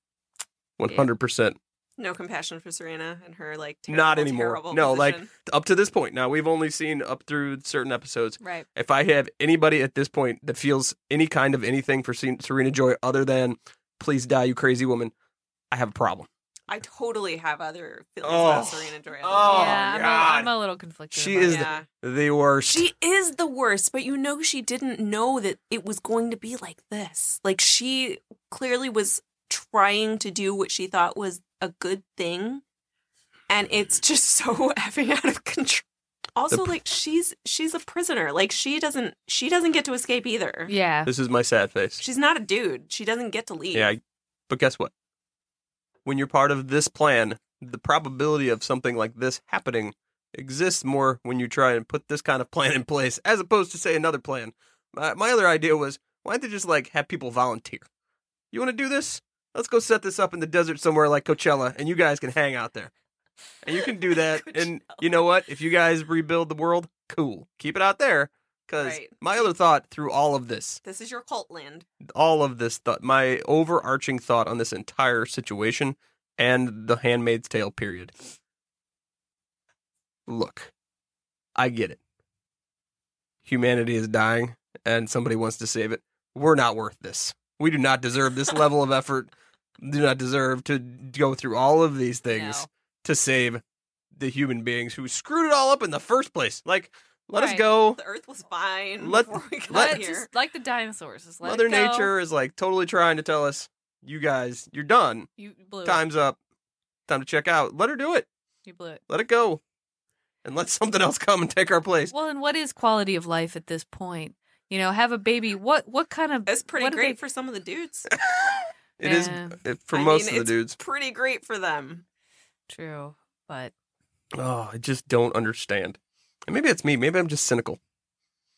100%.
No compassion for Serena and her like terrible,
Not anymore.
terrible
No, like-
position.
Up to this point, now we've only seen up through certain episodes.
right.
If I have anybody at this point that feels any kind of anything for Se- Serena Joy other than, please die, you crazy woman, I have a problem.
I totally have other feelings
Oh.
about Serena Joy.
Oh,
yeah,
God.
I'm, a, I'm a little conflicted.
She
about
is
it.
the-
yeah.
The worst.
She is the worst, but you know she didn't know that it was going to be like this. Like she clearly was trying to do what she thought was a good thing, and it's just so effing out of control. Also,
pr-
like she's she's a prisoner. Like she doesn't she doesn't get to escape either.
Yeah.
this is my sad face.
She's not a dude. She doesn't get to leave.
Yeah, I- but guess what? When you're part of this plan, the probability of something like this happening exists more when you try and put this kind of plan in place as opposed to say another plan. My, my other idea was why don't they just like have people volunteer? You want to do this? Let's go set this up in the desert somewhere like Coachella, and you guys can hang out there. And you can do that. and you know what? If you guys rebuild the world, cool. Keep it out there. Because
Right.
my other thought through all of this
This is your cult land.
all of this thought, my overarching thought on this entire situation and the Handmaid's Tale period. Look, I get it. Humanity is dying and somebody wants to save it. We're not worth this. We do not deserve this level of effort. Do not deserve to go through all of these things
No.
to save the human beings who screwed it all up in the first place. Like, let us
Right.
go.
The earth was fine
Let-
before we got
let-
But
here.
just like the dinosaurs. Just let it
Mother
go.
Nature is like totally trying to tell us you guys, you're done.
You blew it.
Time's up. Time to check out. Let her do it.
You blew it.
Let it go. And let something else come and take our place.
Well, and what is quality of life at this point? You know, have a baby. What what kind of
That's pretty
what do
great
they-
for some of the dudes.
It is
Yeah.
it, for
I mean,
most of
it's
the dudes.
Pretty great for them.
True, but
Oh, I just don't understand. And maybe it's me. Maybe I'm just cynical.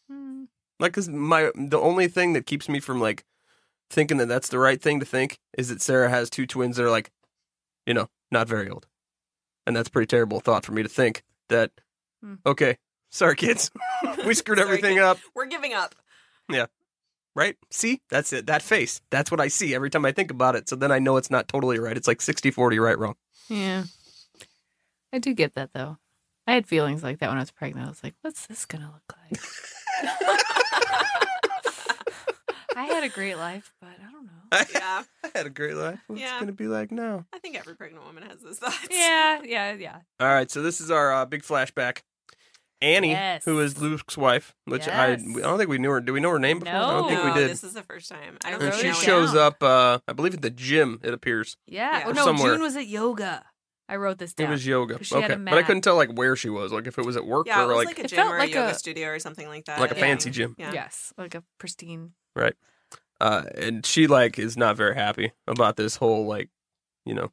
hmm,
Like, cause my the only thing that keeps me from like thinking that that's the right thing to think is that Sarah has two twins that are like, you know, not very old, and that's a pretty terrible thought for me to think that.
Hmm.
Okay, sorry kids, we screwed
Sorry,
everything
kid.
up.
We're giving up.
Right? See, that's it. That face. That's what I see every time I think about it. So then I know it's not totally right. It's like 60 40 right wrong.
yeah. I do get that though. I had feelings like that when I was pregnant. I was like, what's this gonna look like? I had a great life, but I don't know.
yeah,
I had a great life. What's
Yeah.
it gonna be like now?
I think every pregnant woman has those thoughts.
Yeah, yeah, yeah.
All right, so this is our uh, big flashback. Annie,
Yes.
who is Luke's wife, which I, I
Yes.
don't think we knew her. Do we know her name before? I don't think
no,
we did.
This is the first time. I don't
and
know
wrote
she
it
now it.
shows
down.
up, uh, I believe, at the gym. It appears
Yeah.
Yeah.
Oh no,
Somewhere.
June was at yoga. I wrote this
it
down.
was yoga.
She had
okay,
a
but I
mat.
couldn't tell like where she was, like if it was at work
Yeah, it
or
was
like
like, a
It
gym
felt
or
like
a yoga
a-
studio or something like that.
like a
Yeah.
fancy gym.
Yeah.
Yes, like a pristine.
Uh, and she like is not very happy about this whole like, you know,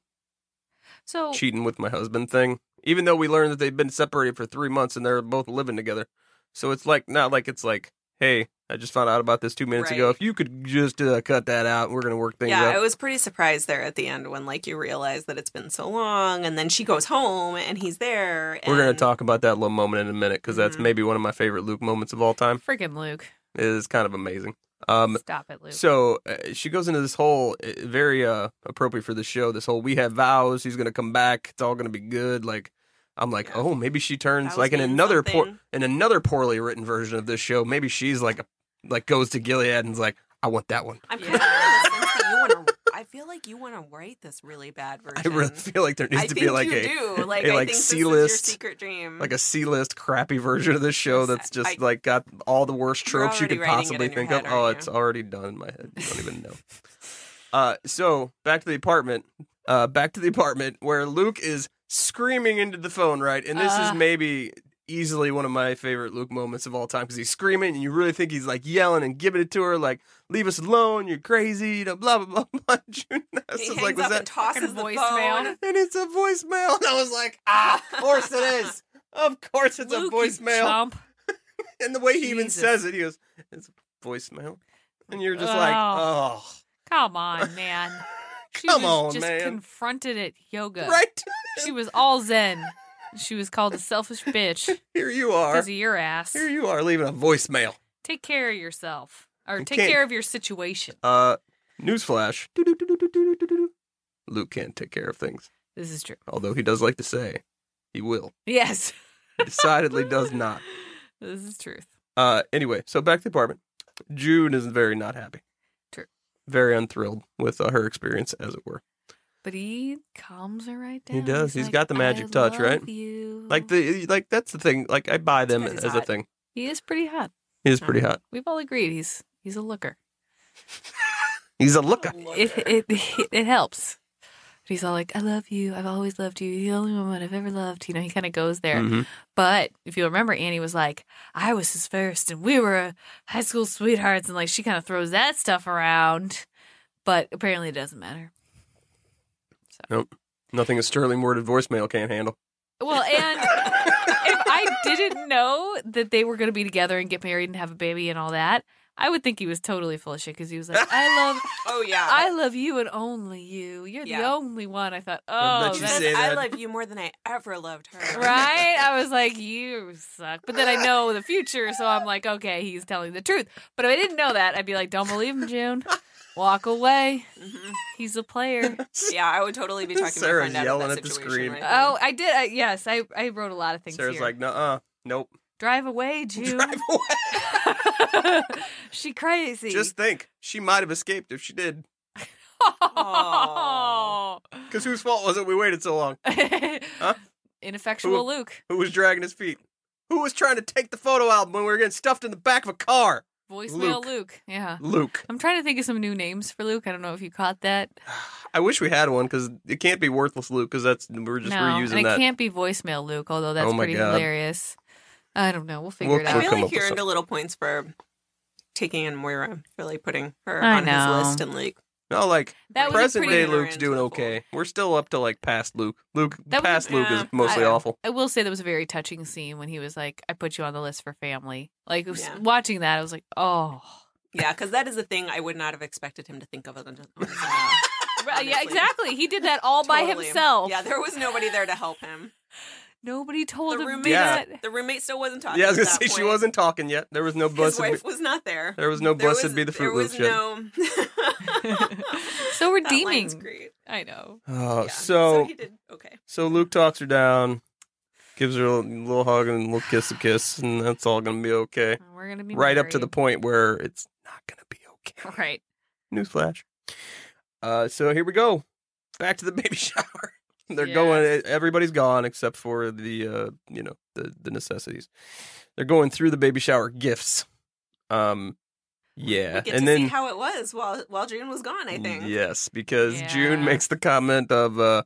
Oh.
So
cheating with my husband thing. Even though we learned that they've been separated for three months and they're both living together, so it's like not like it's like, hey, I just found out about this two minutes ago.
Right.
If you could just uh, cut that out, we're gonna work things
Yeah, I
out.
was pretty surprised there at the end when like you realize that it's been so long, and then she goes home and he's there. And
we're gonna talk about that little moment in a minute because that's
Mhm.
maybe one of my favorite Luke moments of all time.
freaking Luke.
It is kind of amazing. Um,
Stop it, Luke.
so uh, she goes into this whole uh, very uh, appropriate for the show. This whole we have vows. He's gonna come back. It's all gonna be good. Like I'm like,
Yeah.
oh, maybe she turns
Vows
like in
mean
another por-
something.
in another poorly written version of this show. Maybe she's like a, like goes to Gilead and's like, I want that one.
I'm kind
Yeah.
of in the sense that you want to. I feel like you want to write this really bad
I
version.
really feel like there needs
Mm-hmm. I
to
think
be like
you
a
do. Like
a,
I
like,
think this
C-list,
is your secret dream.
like a C list crappy version of this show that's just
Mm-hmm. I-
like got all the worst
You're
tropes you
already
could
writing it
possibly
in your
think
head,
of. Oh,
aren't
it's
you?
already done in my head. You don't even know. uh, so back to the apartment. Uh, back to the apartment where Luke is screaming into the phone. Right, and this
Uh.
is maybe easily one of my favorite Luke moments of all time because he's screaming and you really think he's like yelling and giving it to her like leave us alone you're crazy you know blah blah blah. blah. June
he
Ness is
hangs
like was
up
that
and tosses
Fucking
the
voicemail.
phone.
and it's a voicemail. And I was like, ah, of course it is. Of course it's
Luke,
a
you
voicemail.
chump.
and the way he even
Jesus.
says it, he goes, it's a voicemail. And you're just
Oh.
like, oh,
Come on, man. She
Come
was
on,
just
man.
confronted at yoga.
right?
She was all zen. She was called a selfish bitch
Here you are.
because of your ass.
Here you are leaving a voicemail.
Take care of yourself. Or
You
take
can't-
care of your situation.
Uh, newsflash. Doo-doo-doo-doo-doo-doo-doo-doo. Luke can't take care of things,
This is true.
although he does like to say he will.
Yes.
He decidedly does not.
This is truth.
Uh, anyway, so back to the apartment. June is very not happy.
True.
Very unthrilled with uh, her experience, as it were.
But he calms her right down.
He does.
He's
He's got the
"I
magic touch, right?"
love you."
Like the like that's the thing. Like I buy them
That's
as
good.
a thing.
he is pretty hot.
He is pretty hot.
We've all agreed he's he's a looker.
He's a looker.
It it it, it helps. But he's all like, "I love you. I've always loved you. You're the only woman I've ever loved." You know, he kind of goes there.
Mhm.
But if you remember, Annie was like, I was his first and we were uh, high school sweethearts. And like, she kind of throws that stuff around. But apparently, it doesn't matter.
Nothing a sterling worded voicemail can't handle.
Well, and if I didn't know that they were going to be together and get married and have a baby and all that, I would think he was totally full of shit because he was like, I love.
Oh yeah.
I love you and only you. You're the
Yeah.
only one. I thought,
I'll
oh,
let you
that's-
say
Says, I
that.
love you more than I ever loved her.
right? I was like, you suck. But then I know the future, so I'm like, okay, he's telling the truth. But if I didn't know that, I'd be like, don't believe him, June. Walk away.
Mhm.
He's a player.
Yeah, I would totally be talking
Sarah's
to my friend out of
yelling
that
at the
situation
screen.
right now.
Oh, I did. I, yes, I, I wrote a lot of things
Sarah's
here.
like, uh, nope.
Drive away, June.
Drive away.
she crazy.
Just think, she might have escaped if she did.
Aw.
Because whose fault was it? We waited so long.
Ineffectual Luke.
Who was dragging his feet? Who was trying to take the photo album when we were getting stuffed in the back of a car?
Voicemail
Luke.
Luke. Yeah.
Luke.
I'm trying to think of some new names for Luke. I don't know if you caught that.
I wish we had one because it can't be worthless Luke because that's we're just
no.
reusing
and it
that.
can't be voicemail Luke, although that's
Oh my
pretty
God.
hilarious. I don't know. We'll figure
We'll
it
I
out.
click
feel
come up
like
with
you're into
something.
little points for taking in Moira, really putting her
I
on
know.
his list and like
No, like
That was a
present
pretty-
day Luke's doing
Cool.
okay. We're still up to like past Luke. Luke
That was-
past Luke is
yeah,
mostly
I- um,
awful.
I will say that was a very touching scene when he was like, I put you on the list for family. Like, it was-
Yeah.
watching that, I was like, oh.
yeah, because that is the thing I would not have expected him to think of. on his own.
Right, yeah,
Honestly.
exactly. He did that all by
Totally.
himself.
Yeah, there was nobody there to help him.
Nobody told
the
him
roommate,
Yeah.
that.
the roommate still wasn't talking.
Yeah, I was
at
gonna say
that
she
point.
wasn't talking yet. There was no
His
blessed.
wife was not there.
there was no
There
blessed
was-
be the
there
Fruit Loop
was
shit.
no.
So
That line's
redeeming.
great.
I know.
Oh,
Yeah.
so
he did okay.
so Luke talks her down, gives her a little hug and a little kiss, a kiss, and that's all gonna be okay.
We're going to be
Right up to the
married.
point where it's not gonna be okay.
Right.
Newsflash. Uh, so here we go. Back to the baby shower. They're
Yes.
going. Everybody's gone except for the uh, you know the the necessities. They're going through the baby shower gifts. Um, yeah,
We get
and
to
then Mm,
see how it was while while June was gone. I think.
yes, because June
Yeah.
makes the comment of, uh,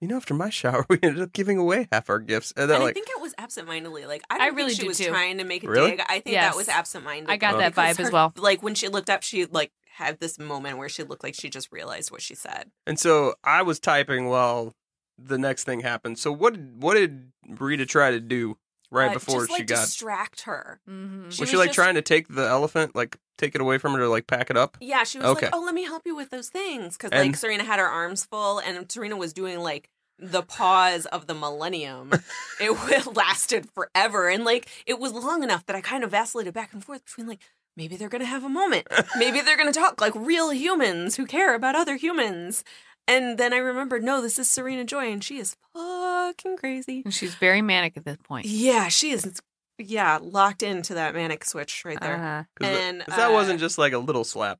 you know, after my shower, we ended up giving away half our gifts, and they're
And I
like,
think it was absentmindedly. Like I,
I
don't think
really
she
do
was
too.
trying to make a
Really?
dig. I think
Yes.
that was absentminded.
I got
that
because
vibe as
her-
well.
Like when she looked up, she like had this moment where she looked like she just realized what she said.
and so I was typing while the next thing happened. So what did what did Rita try to do right
Uh,
before
just,
she
like,
got?
distract her.
Mm-hmm.
She
was
was
she like
just-
trying to take the elephant, like take it away from her, to like pack it up?
Yeah, she was
Okay.
like, "Oh, let me help you with those things," because
And-
like Serena had her arms full, and Serena was doing like the pause of the millennium. it wa- lasted forever, and like it was long enough that I kind of vacillated back and forth between like maybe they're gonna have a moment, maybe they're gonna talk like real humans who care about other humans, and then I remembered, no, this is Serena Joy, and she is fucking crazy.
And she's very manic at this point.
Yeah, she is. Yeah, locked into that manic switch right there.
Uh-huh.
'Cause the-
And,
'cause that
uh,
wasn't just like a little slap.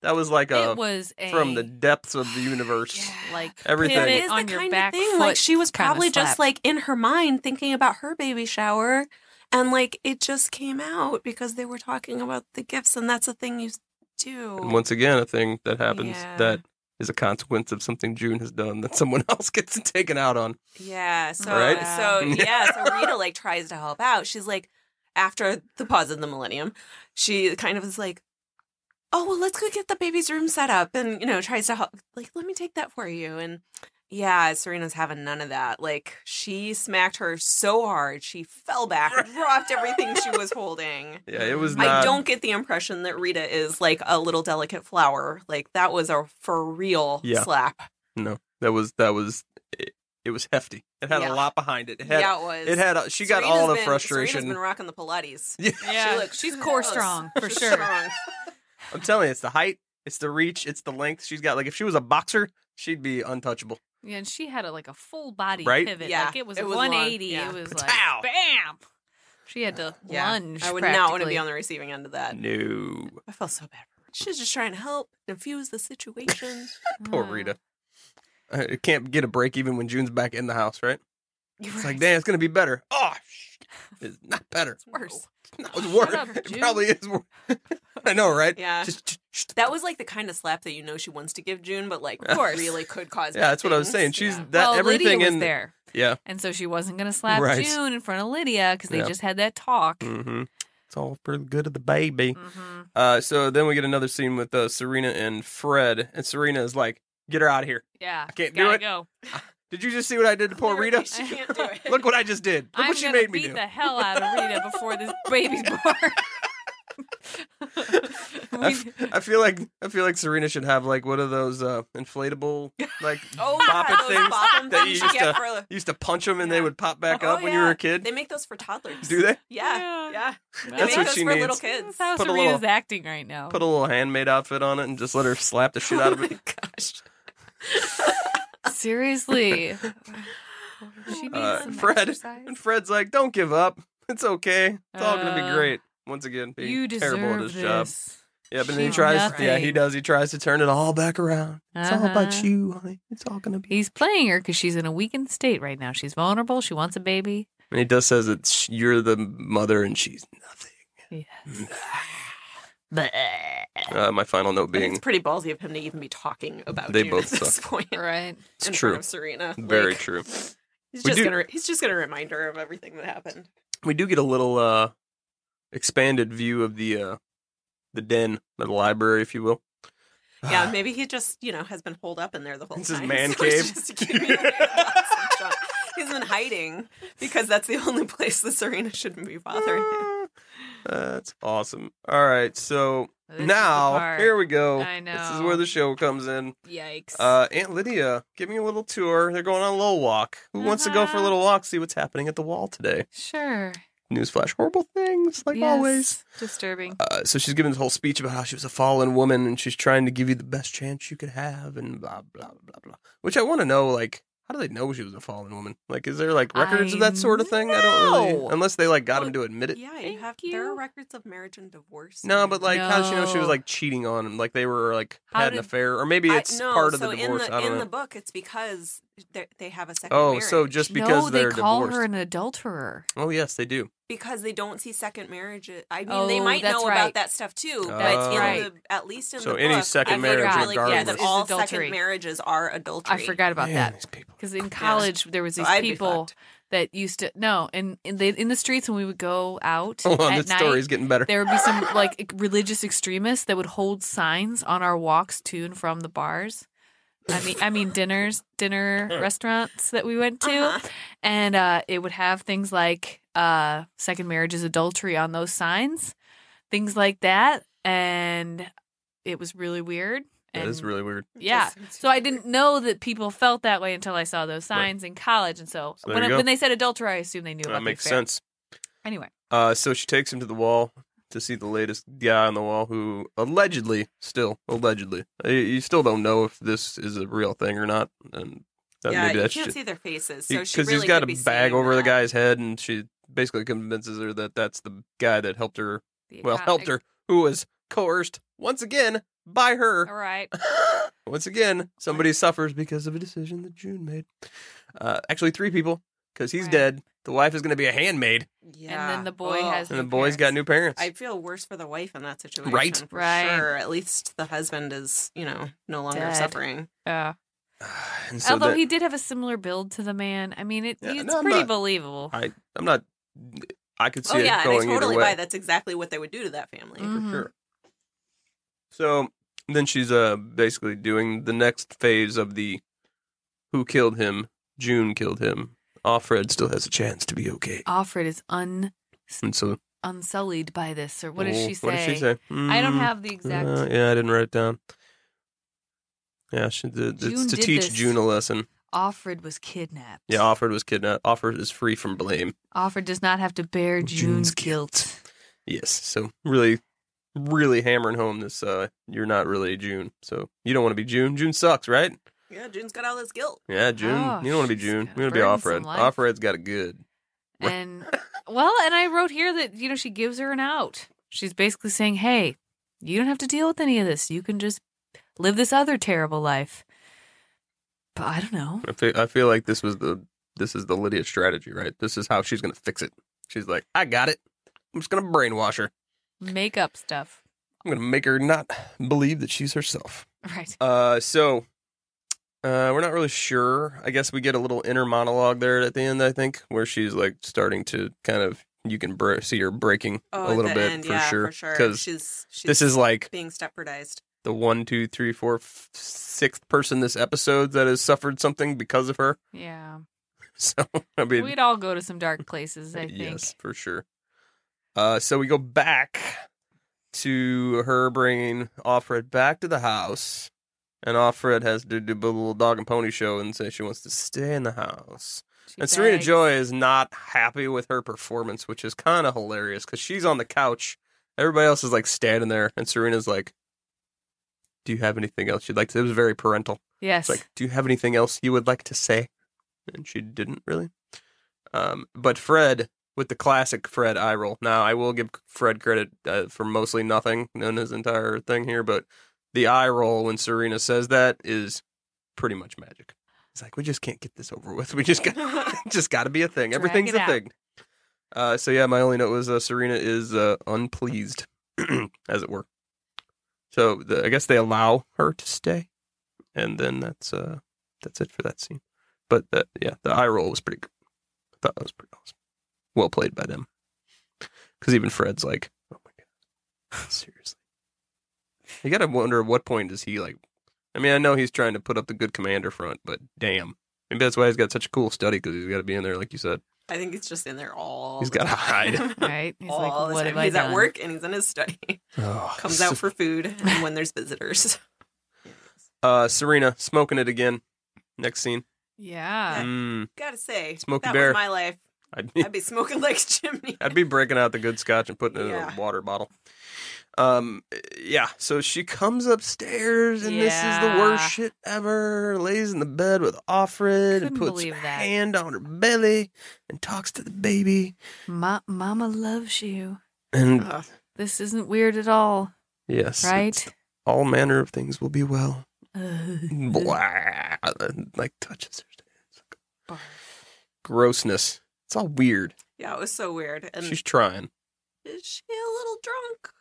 That was like a
it was a,
from the depths of the universe.
like
Everything.
pivot
It
is the
on your
kind of
back
thing,
foot.
Like she was
kinda
probably
slap.
just like in her mind thinking about her baby shower, and like it just came out because they were talking about the gifts, and that's a thing you s- do.
And once again, a thing that happens
Yeah.
that is a consequence of something June has done that someone else gets taken out on.
yeah. So
Right?
so
Yeah.
yeah. So Rita like tries to help out. She's like, after the pause of the millennium, she kind of is like. Oh well, let's go get the baby's room set up, and you know tries to help. Like, let me take that for you, and Yeah, Serena's having none of that. Like she smacked her so hard, she fell back, dropped everything she was holding.
Yeah, it was
I
not.
I don't get the impression that Rita is like a little delicate flower. Like that was a for real
Yeah.
slap.
That was that was it, it was hefty. It had
Yeah.
a lot behind it. It had.
yeah, it was.
It had. A, she got
Serena's
all the
been-
frustration.
Serena's been rocking the Pilates.
yeah.
yeah,
She looks-
she's core
Yes.
strong for
She's
sure.
strong.
I'm telling you, it's the height, it's the reach, it's the length. She's got like if she was a boxer, she'd be untouchable.
Yeah, and she had a, like a full body
Right?
pivot.
Yeah,
like it was
it was long.
180.
Yeah.
It was
Pow!
like bam. She had to
Yeah.
lunge.
I would not want to
practically.
be on the receiving end of that.
No,
I felt so bad. for her. She's just trying to help diffuse the situation.
poor
Mm.
Rita. Uh, It can't get a break even when June's back in the house, right? It's like,
Right.
damn, it's gonna be better. Oh, sh- it's not better.
It's worse.
No, it's worse.
up,
it
June.
probably is worse. I know, right?
Yeah.
Just, just- just-
That was like the kind of slap that you know she wants to give June, but like
Of course.
really could cause.
yeah, that's what I was saying.
things.
She's
Yeah.
that
well,
everything
Lydia was
in
there,
Yeah.
and so she wasn't going to slap
Right.
June in front of Lydia because they
Yeah.
just had that talk.
Mm-hmm. It's all for the good of the baby.
Mm-hmm.
hmm
Uh, so then we get another scene with uh, Serena and Fred, and Serena is like, "Get her out of here."
Yeah,
I can't do
gotta
it.
Go.
Did you just see what I did to poor
Clearly
Rita?
She can't do it.
Look what I just did. Look
I'm
what she
gonna
made me
beat
do.
the hell out of Rita before this baby's born.
I, f- I feel like I feel like Serena should have like one of those uh, inflatable like
oh,
bop
yeah,
it
those
things.
bop 'em
that
things
you used
get
to-
for-
You used to punch them and they
Yeah.
would pop back
Oh,
up when you were
yeah.
a kid.
They make those for toddlers.
do they?
Yeah, yeah. They
That's
make
what
those
she
for little
needs.
kids.
That's how
Put a
Serena's
little-
acting right now.
Put a little handmade outfit on it and just let her slap the shit out
oh
of it.
my gosh.
Seriously. she needs
Uh,
some
Fred.
exercise.
And Fred's like, "Don't give up. It's okay. It's all gonna be
Uh,
great." Once again, being
You deserve
terrible at his
this.
job. Yeah, but then he
She's
tries.
nothing.
Yeah, he does. He tries to turn it all back around. It's all about
Uh-huh.
you, honey. It's all gonna be.
He's playing her because she's in a weakened state right now. She's vulnerable. She wants a baby.
And he does says that sh- you're the mother and she's nothing.
Yes.
Uh, my final note
I think
being
it's pretty ballsy of him to even be talking about
They
June
both
at this point.
right.
It's
in
true.
front of Serena.
very
Like,
true.
He's
We
just
do-
gonna he's just gonna remind her of everything that happened.
We do get a little uh, expanded view of the uh, the den, the library, if you will.
Yeah, maybe he just you know has been holed up in there the whole
It's his
time.
man
So it's
cave.
just to keep him in shot. He's been hiding because that's the only place that Serena shouldn't be bothering him.
That's awesome. All right, so
This is the
now
part.
here we go.
I
This is
know.
where the show comes in.
Yikes.
Uh, Aunt Lydia, give me a little tour. They're going on a little walk. Who wants to go for a
Uh-huh.
little walk? See what's happening at the wall today.
sure.
Newsflash: horrible things, like
Yes.
always.
Disturbing.
Uh, so she's giving this whole speech about how she was a fallen woman and she's trying to give you the best chance you could have and blah blah blah blah. Which I want to know, like, how do they know she was a fallen woman? Like, is there like records of
I
that sort of thing? I don't
know.
really, unless they like got
Well,
him to admit it.
Yeah, you
Thank
have there are
you.
records of marriage and divorce.
No,
and-
but like, how does she know she was
No.
like cheating on him? Like they were like
How
had an
did-
affair, or maybe
I-
it's
no,
part of
so
the divorce.
In the,
I don't
in
know.
the book, it's because they they have a second.
oh,
marriage.
so just because
no, they
they're
call
divorced.
her an adulterer.
Oh yes, they do.
because they don't see second marriages. I mean,
Oh,
they might
that's
know about
right.
that stuff too,
That's
but in
right.
the, at least in
Oh. So
the
any
book,
second
I think
marriage
really clear
regardless.
that all
Is adultery.
second marriages are adultery.
I forgot about
Man,
that.
These people.
Because in college there was
So
these
I'd be
people
fucked.
that used to no, and in, they, in the streets when we would go out
Hold on,
at
this
night,
story's getting better.
there would be some like religious extremists that would hold signs on our walks to and from the bars. I mean, I mean dinners, dinner restaurants that we went to,
Uh-huh.
and uh, it would have things like uh, "second marriage is adultery" on those signs, things like that, and it was really weird.
That is
and-
really weird.
yeah.
Just seems
So I
weird.
didn't know that people felt that way until I saw those signs in college, and so,
So there
when,
you
I-
go.
when they said adulterer, I assumed they knew about
That
the
makes
affair.
sense.
Anyway,
Uh, so she takes him to the wall to see the latest guy on the wall who allegedly, still allegedly, you, you still don't know if this is a real thing or not, and that,
yeah,
maybe
you
that's
can't
just
see their faces. So
because
she really
he's got
could
a
be
bag
seeing
over the
that.
guy's head, and she basically convinces her that that's the guy that helped her,
The
well,
econ-
helped her, who was coerced once again by
All
her.
right.
once again, somebody suffers because of a decision that June made. Uh, actually, three people because he's
Right.
dead. The wife is going to be a handmaid,
Yeah.
And then the boy
Ugh.
has
and
New
the boy's got
parents.
new parents.
I feel worse for the wife in that situation.
Right.
for
Right.
Sure. At least the husband is, you know, no longer
Dead.
suffering.
Yeah.
And so
Although
that-
he did have a similar build to the man. I mean, it,
Yeah,
it's
no, I'm
pretty
not-
believable.
I I'm not. I could see
oh
it
yeah, and I
going
totally
either way.
buy that's exactly what they would do to that family.
Mm. Mhm.
Sure. So then she's uh basically doing the next phase of the who killed him. June killed him. Offred still has a chance to be okay.
Alfred is un
And so
unsullied by this, or what does
oh,
she say?
What did she say?
I don't
Mm,
have the exact.
uh, yeah, I didn't write it down. Yeah, she did.
June
it's to
did
teach
this.
June a lesson.
Alfred was kidnapped.
Yeah, Offred was kidnapped. Offred is free from blame.
Alfred does not have to bear
June's
June's, guilt.
Yes. So really, really hammering home this. Uh, you're not really June. So you don't want to be June. June sucks, right?
Yeah, June's got all this guilt.
Yeah, June.
Oh,
you don't want to be
she's
June.
got a
You want to be
burdensome
Offred.
life.
Offred's got a good.
And well, and I wrote here that you know she gives her an out. She's basically saying, "Hey, you don't have to deal with any of this. You can just live this other terrible life." But I don't know.
I feel, I feel like this was the this is the Lydia strategy, right? This is how she's gonna fix it. She's like, I got it. I'm just gonna brainwash her.
Make up stuff,
I'm gonna make her not believe that she's herself.
right?
Uh, so. Uh, we're not really sure. I guess we get a little inner monologue there at the end. I think where she's like starting to kind of you can br- see her breaking
Oh,
a
at
little
the
bit
end,
for
yeah,
sure
for sure.
because
she's, she's
this is like
being Stepfordized.
the one, two, three, four, f- sixth person this episode that has suffered something because of her.
Yeah,
So I mean,
we'd all go to some dark places. I think.
yes, for sure. Uh, so we go back to her bringing Offred back to the house, and Offred has to do a little dog and pony show and say she wants to stay in the house.
She
and Serena
begs.
Joy is not happy with her performance, which is kind of hilarious because she's on the couch. Everybody else is like standing there, and Serena's like, "Do you have anything else you'd like?" to It was very parental.
Yes.
It's like, do you have anything else you would like to say? And she didn't really. Um, but Fred, with the classic Fred eye roll. Now, I will give Fred credit uh, for mostly nothing in his entire thing here, but the eye roll when Serena says that is pretty much magic. It's like we just can't get this over with. We just got just got to be a thing.
Drag
Everything's
it
a
out.
thing. Uh, so yeah, my only note was uh, Serena is uh, unpleased, as it were. So the, I guess they allow her to stay, and then that's uh that's it for that scene. But that yeah, the eye roll was pretty. good. I thought that was pretty awesome. Well played by them, because even Fred's like, oh my god, seriously. You gotta wonder at what point is he like? I mean, I know he's trying to put up the good commander front, but damn, maybe that's why he's got such a cool study because he's got to be in there, like you said.
I think he's just in there all.
He's
the
gotta
time.
Right? He's like,
all the
what
time.
have I
He's
done?
at work and he's in his study.
Oh,
Comes out for food and when there's visitors.
uh, Serena smoking it again. Next scene.
Yeah.
Mm,
Gotta say,
Smokey
that
Bear.
was my life.
I'd be
I'd be smoking like a chimney.
I'd be breaking out the good scotch and putting it in
Yeah.
a water bottle. Um, yeah. So she comes upstairs, and this is the
Yeah.
worst shit ever. Lays in the bed with Offred and
Couldn't
puts her
believe that.
hand on her belly and talks to the baby.
Ma- Mama loves you.
And
Uh,
Ugh.
This isn't weird at all,
yes,
right? Mm-hmm.
it's all manner of things will be well.
Blah.
Blah, like touches her. It's like grossness. It's all weird.
Yeah, it was so weird. And
She's trying.
is she a little drunk?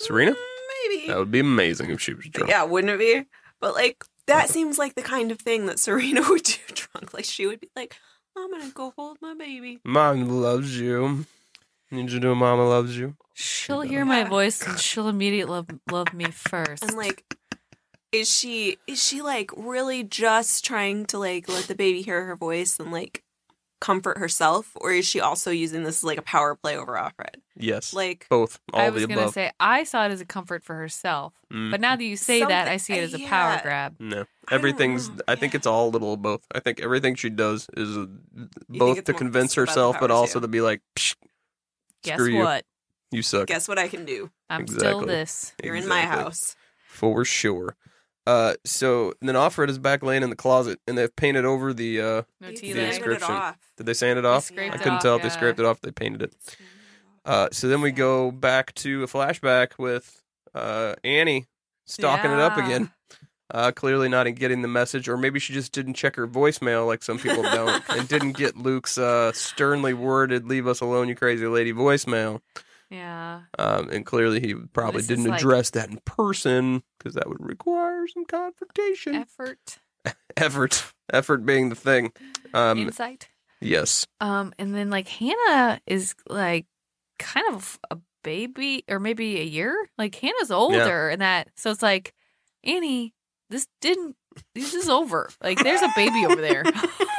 Serena?
Mm, Maybe.
That would be amazing if she was drunk.
Yeah, wouldn't it be? But like that seems like the kind of thing that Serena would do drunk. Like she would be like, "I'm gonna go hold my baby."
Mom loves you. Need you to know Mama loves you.
She'll hear my voice and she'll immediately love, love me first.
And like, is she is she like really just trying to like let the baby hear her voice and like comfort herself, or is she also using this as like a power play over Alfred?
Yes.
Like,
both. All
I
of the
was gonna
above.
say, I saw it as a comfort for herself,
Mm,
but now that you say that, I see
Something-
it as a power
yeah.
grab.
no.
don't
Everything's
know.
I think
Yeah.
it's all a little of both. I think everything she does is uh, both
it's
to
more
convince
just about the
herself but
power,
also
too.
to be like Psh,
Guess
Screw you.
what?
you suck.
guess what I can do?
I'm still
Exactly.
this.
You're in my
Exactly.
house.
For sure. Uh so and then Offred is back laying in the closet and they've painted over the uh
No
You
tea
The
sanded
legs.
inscription.
it off.
did they sand it
I
off?
scraped
I
Yeah.
it
couldn't
off,
tell if they
yeah.
scraped it off, they painted it. Uh so then we go back to a flashback with uh Annie stalking it up
Yeah.
again. uh, clearly not getting the message, or maybe she just didn't check her voicemail like some people don't, and didn't get Luke's uh, sternly worded "Leave us alone, you crazy lady" voicemail.
Yeah.
Um, and clearly, he probably
This is
didn't
like-
address that in person because that would require some confrontation,
Effort,
effort, effort being the thing. Um,
insight.
yes,
Um, and then like Hannah is like kind of a baby, or maybe a year. Like Hannah's older, and that so it's like Annie, this didn't. This is over. Like there's a baby over there.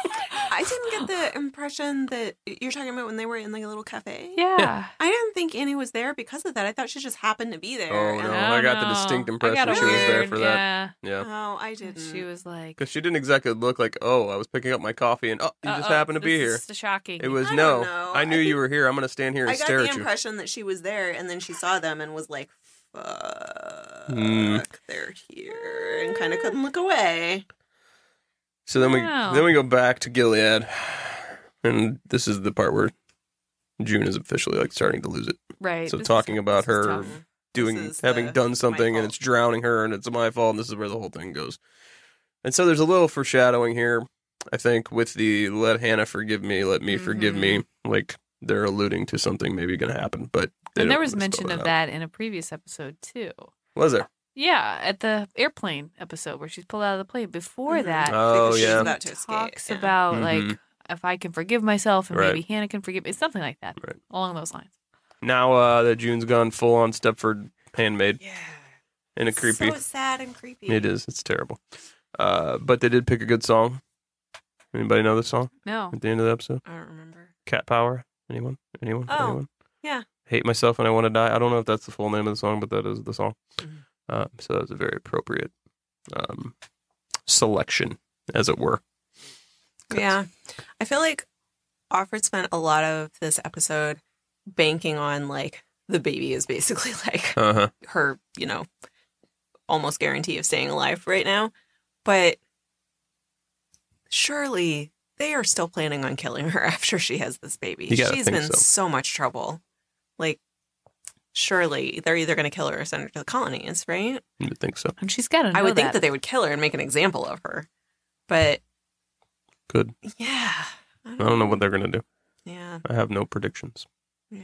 I didn't get the impression that you're talking about when they were in like a little cafe.
Yeah.
I didn't think Annie was there because of that. I thought she just happened to be there.
Oh,
and-
No, I got the distinct impression
got a
she was there
weird-
for that.
Yeah.
yeah,
Oh, I didn't.
She was like,
because she didn't exactly look like, "Oh, I was picking up my coffee," and oh, you just happened to be here.
It's shocking.
It was
I
no.
don't know.
I knew
I
you
think-
were here. I'm going to stand here and
I got
stare
the
at you.
impression that she was there, and then she saw them and was like, "Fuck,
Hmm.
they're here," and kind of couldn't look away.
So then we
Wow.
then we go back to Gilead, and this is the part where June is officially like starting to lose it,
right.
so
this is-
talking about
this is
her-
tough.
doing
is
having
the-
done something, and
fault.
it's drowning her, and it's my fault, and this is where the whole thing goes. And so there's a little foreshadowing here, I think, with the "Let Hannah forgive me, let me forgive
Mhm.
me,"
Mm-hmm.
like they're alluding to something maybe going to happen, but they don't
And there was
really spell
mention of
out.
that in a previous episode too.
Was there?
Yeah, at the airplane episode where she's pulled out of the plane. Before
Mhm.
that,
Oh,
Because she's
yeah.
about to escape.
talks
yeah.
about like
Mhm.
if I can forgive myself and
Right.
maybe Hannah can forgive me, something like that,
Right.
along those lines.
Now uh, that June's gone full on Stepford handmaid
yeah,
in a creepy.
so sad and creepy.
It is. It's terrible. Uh, but they did pick a good song. Anybody know the song
No,
at the end of the episode?
I don't remember.
Cat Power. Anyone? Anyone?
Oh,
Anyone?
yeah.
Hate myself and I want to die. I don't know if that's the full name of the song, but that is the song.
Mhm.
Uh, so that was a very appropriate um, selection, as it were. 'Cause-
Yeah, I feel like Offred spent a lot of this episode banking on like the baby is basically like
Uh-huh.
her, you know, almost guarantee of staying alive right now. But surely they are still planning on killing her after she has this baby.
You gotta
She's
think
been
so.
so. much trouble. Like, surely they're either going to kill her or send her to the colonies, right?
You would think so.
and she's got to.
I would think that they would kill her and make an example of her. But
Good.
yeah.
I don't know what they're going to do.
Yeah.
I have no predictions.
Yeah.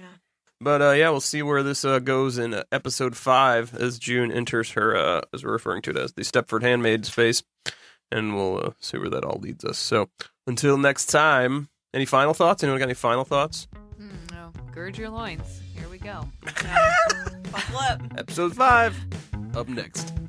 But uh, yeah, we'll see where this uh, goes in uh, episode five as June enters her, uh, as we're referring to it as the Stepford Handmaid's face, and we'll uh, see where that all leads us. So until next time, any final thoughts? Anyone got any final thoughts?
Mm, no. Gird your loins. Here we go.
Buckle up.
Episode five, up next.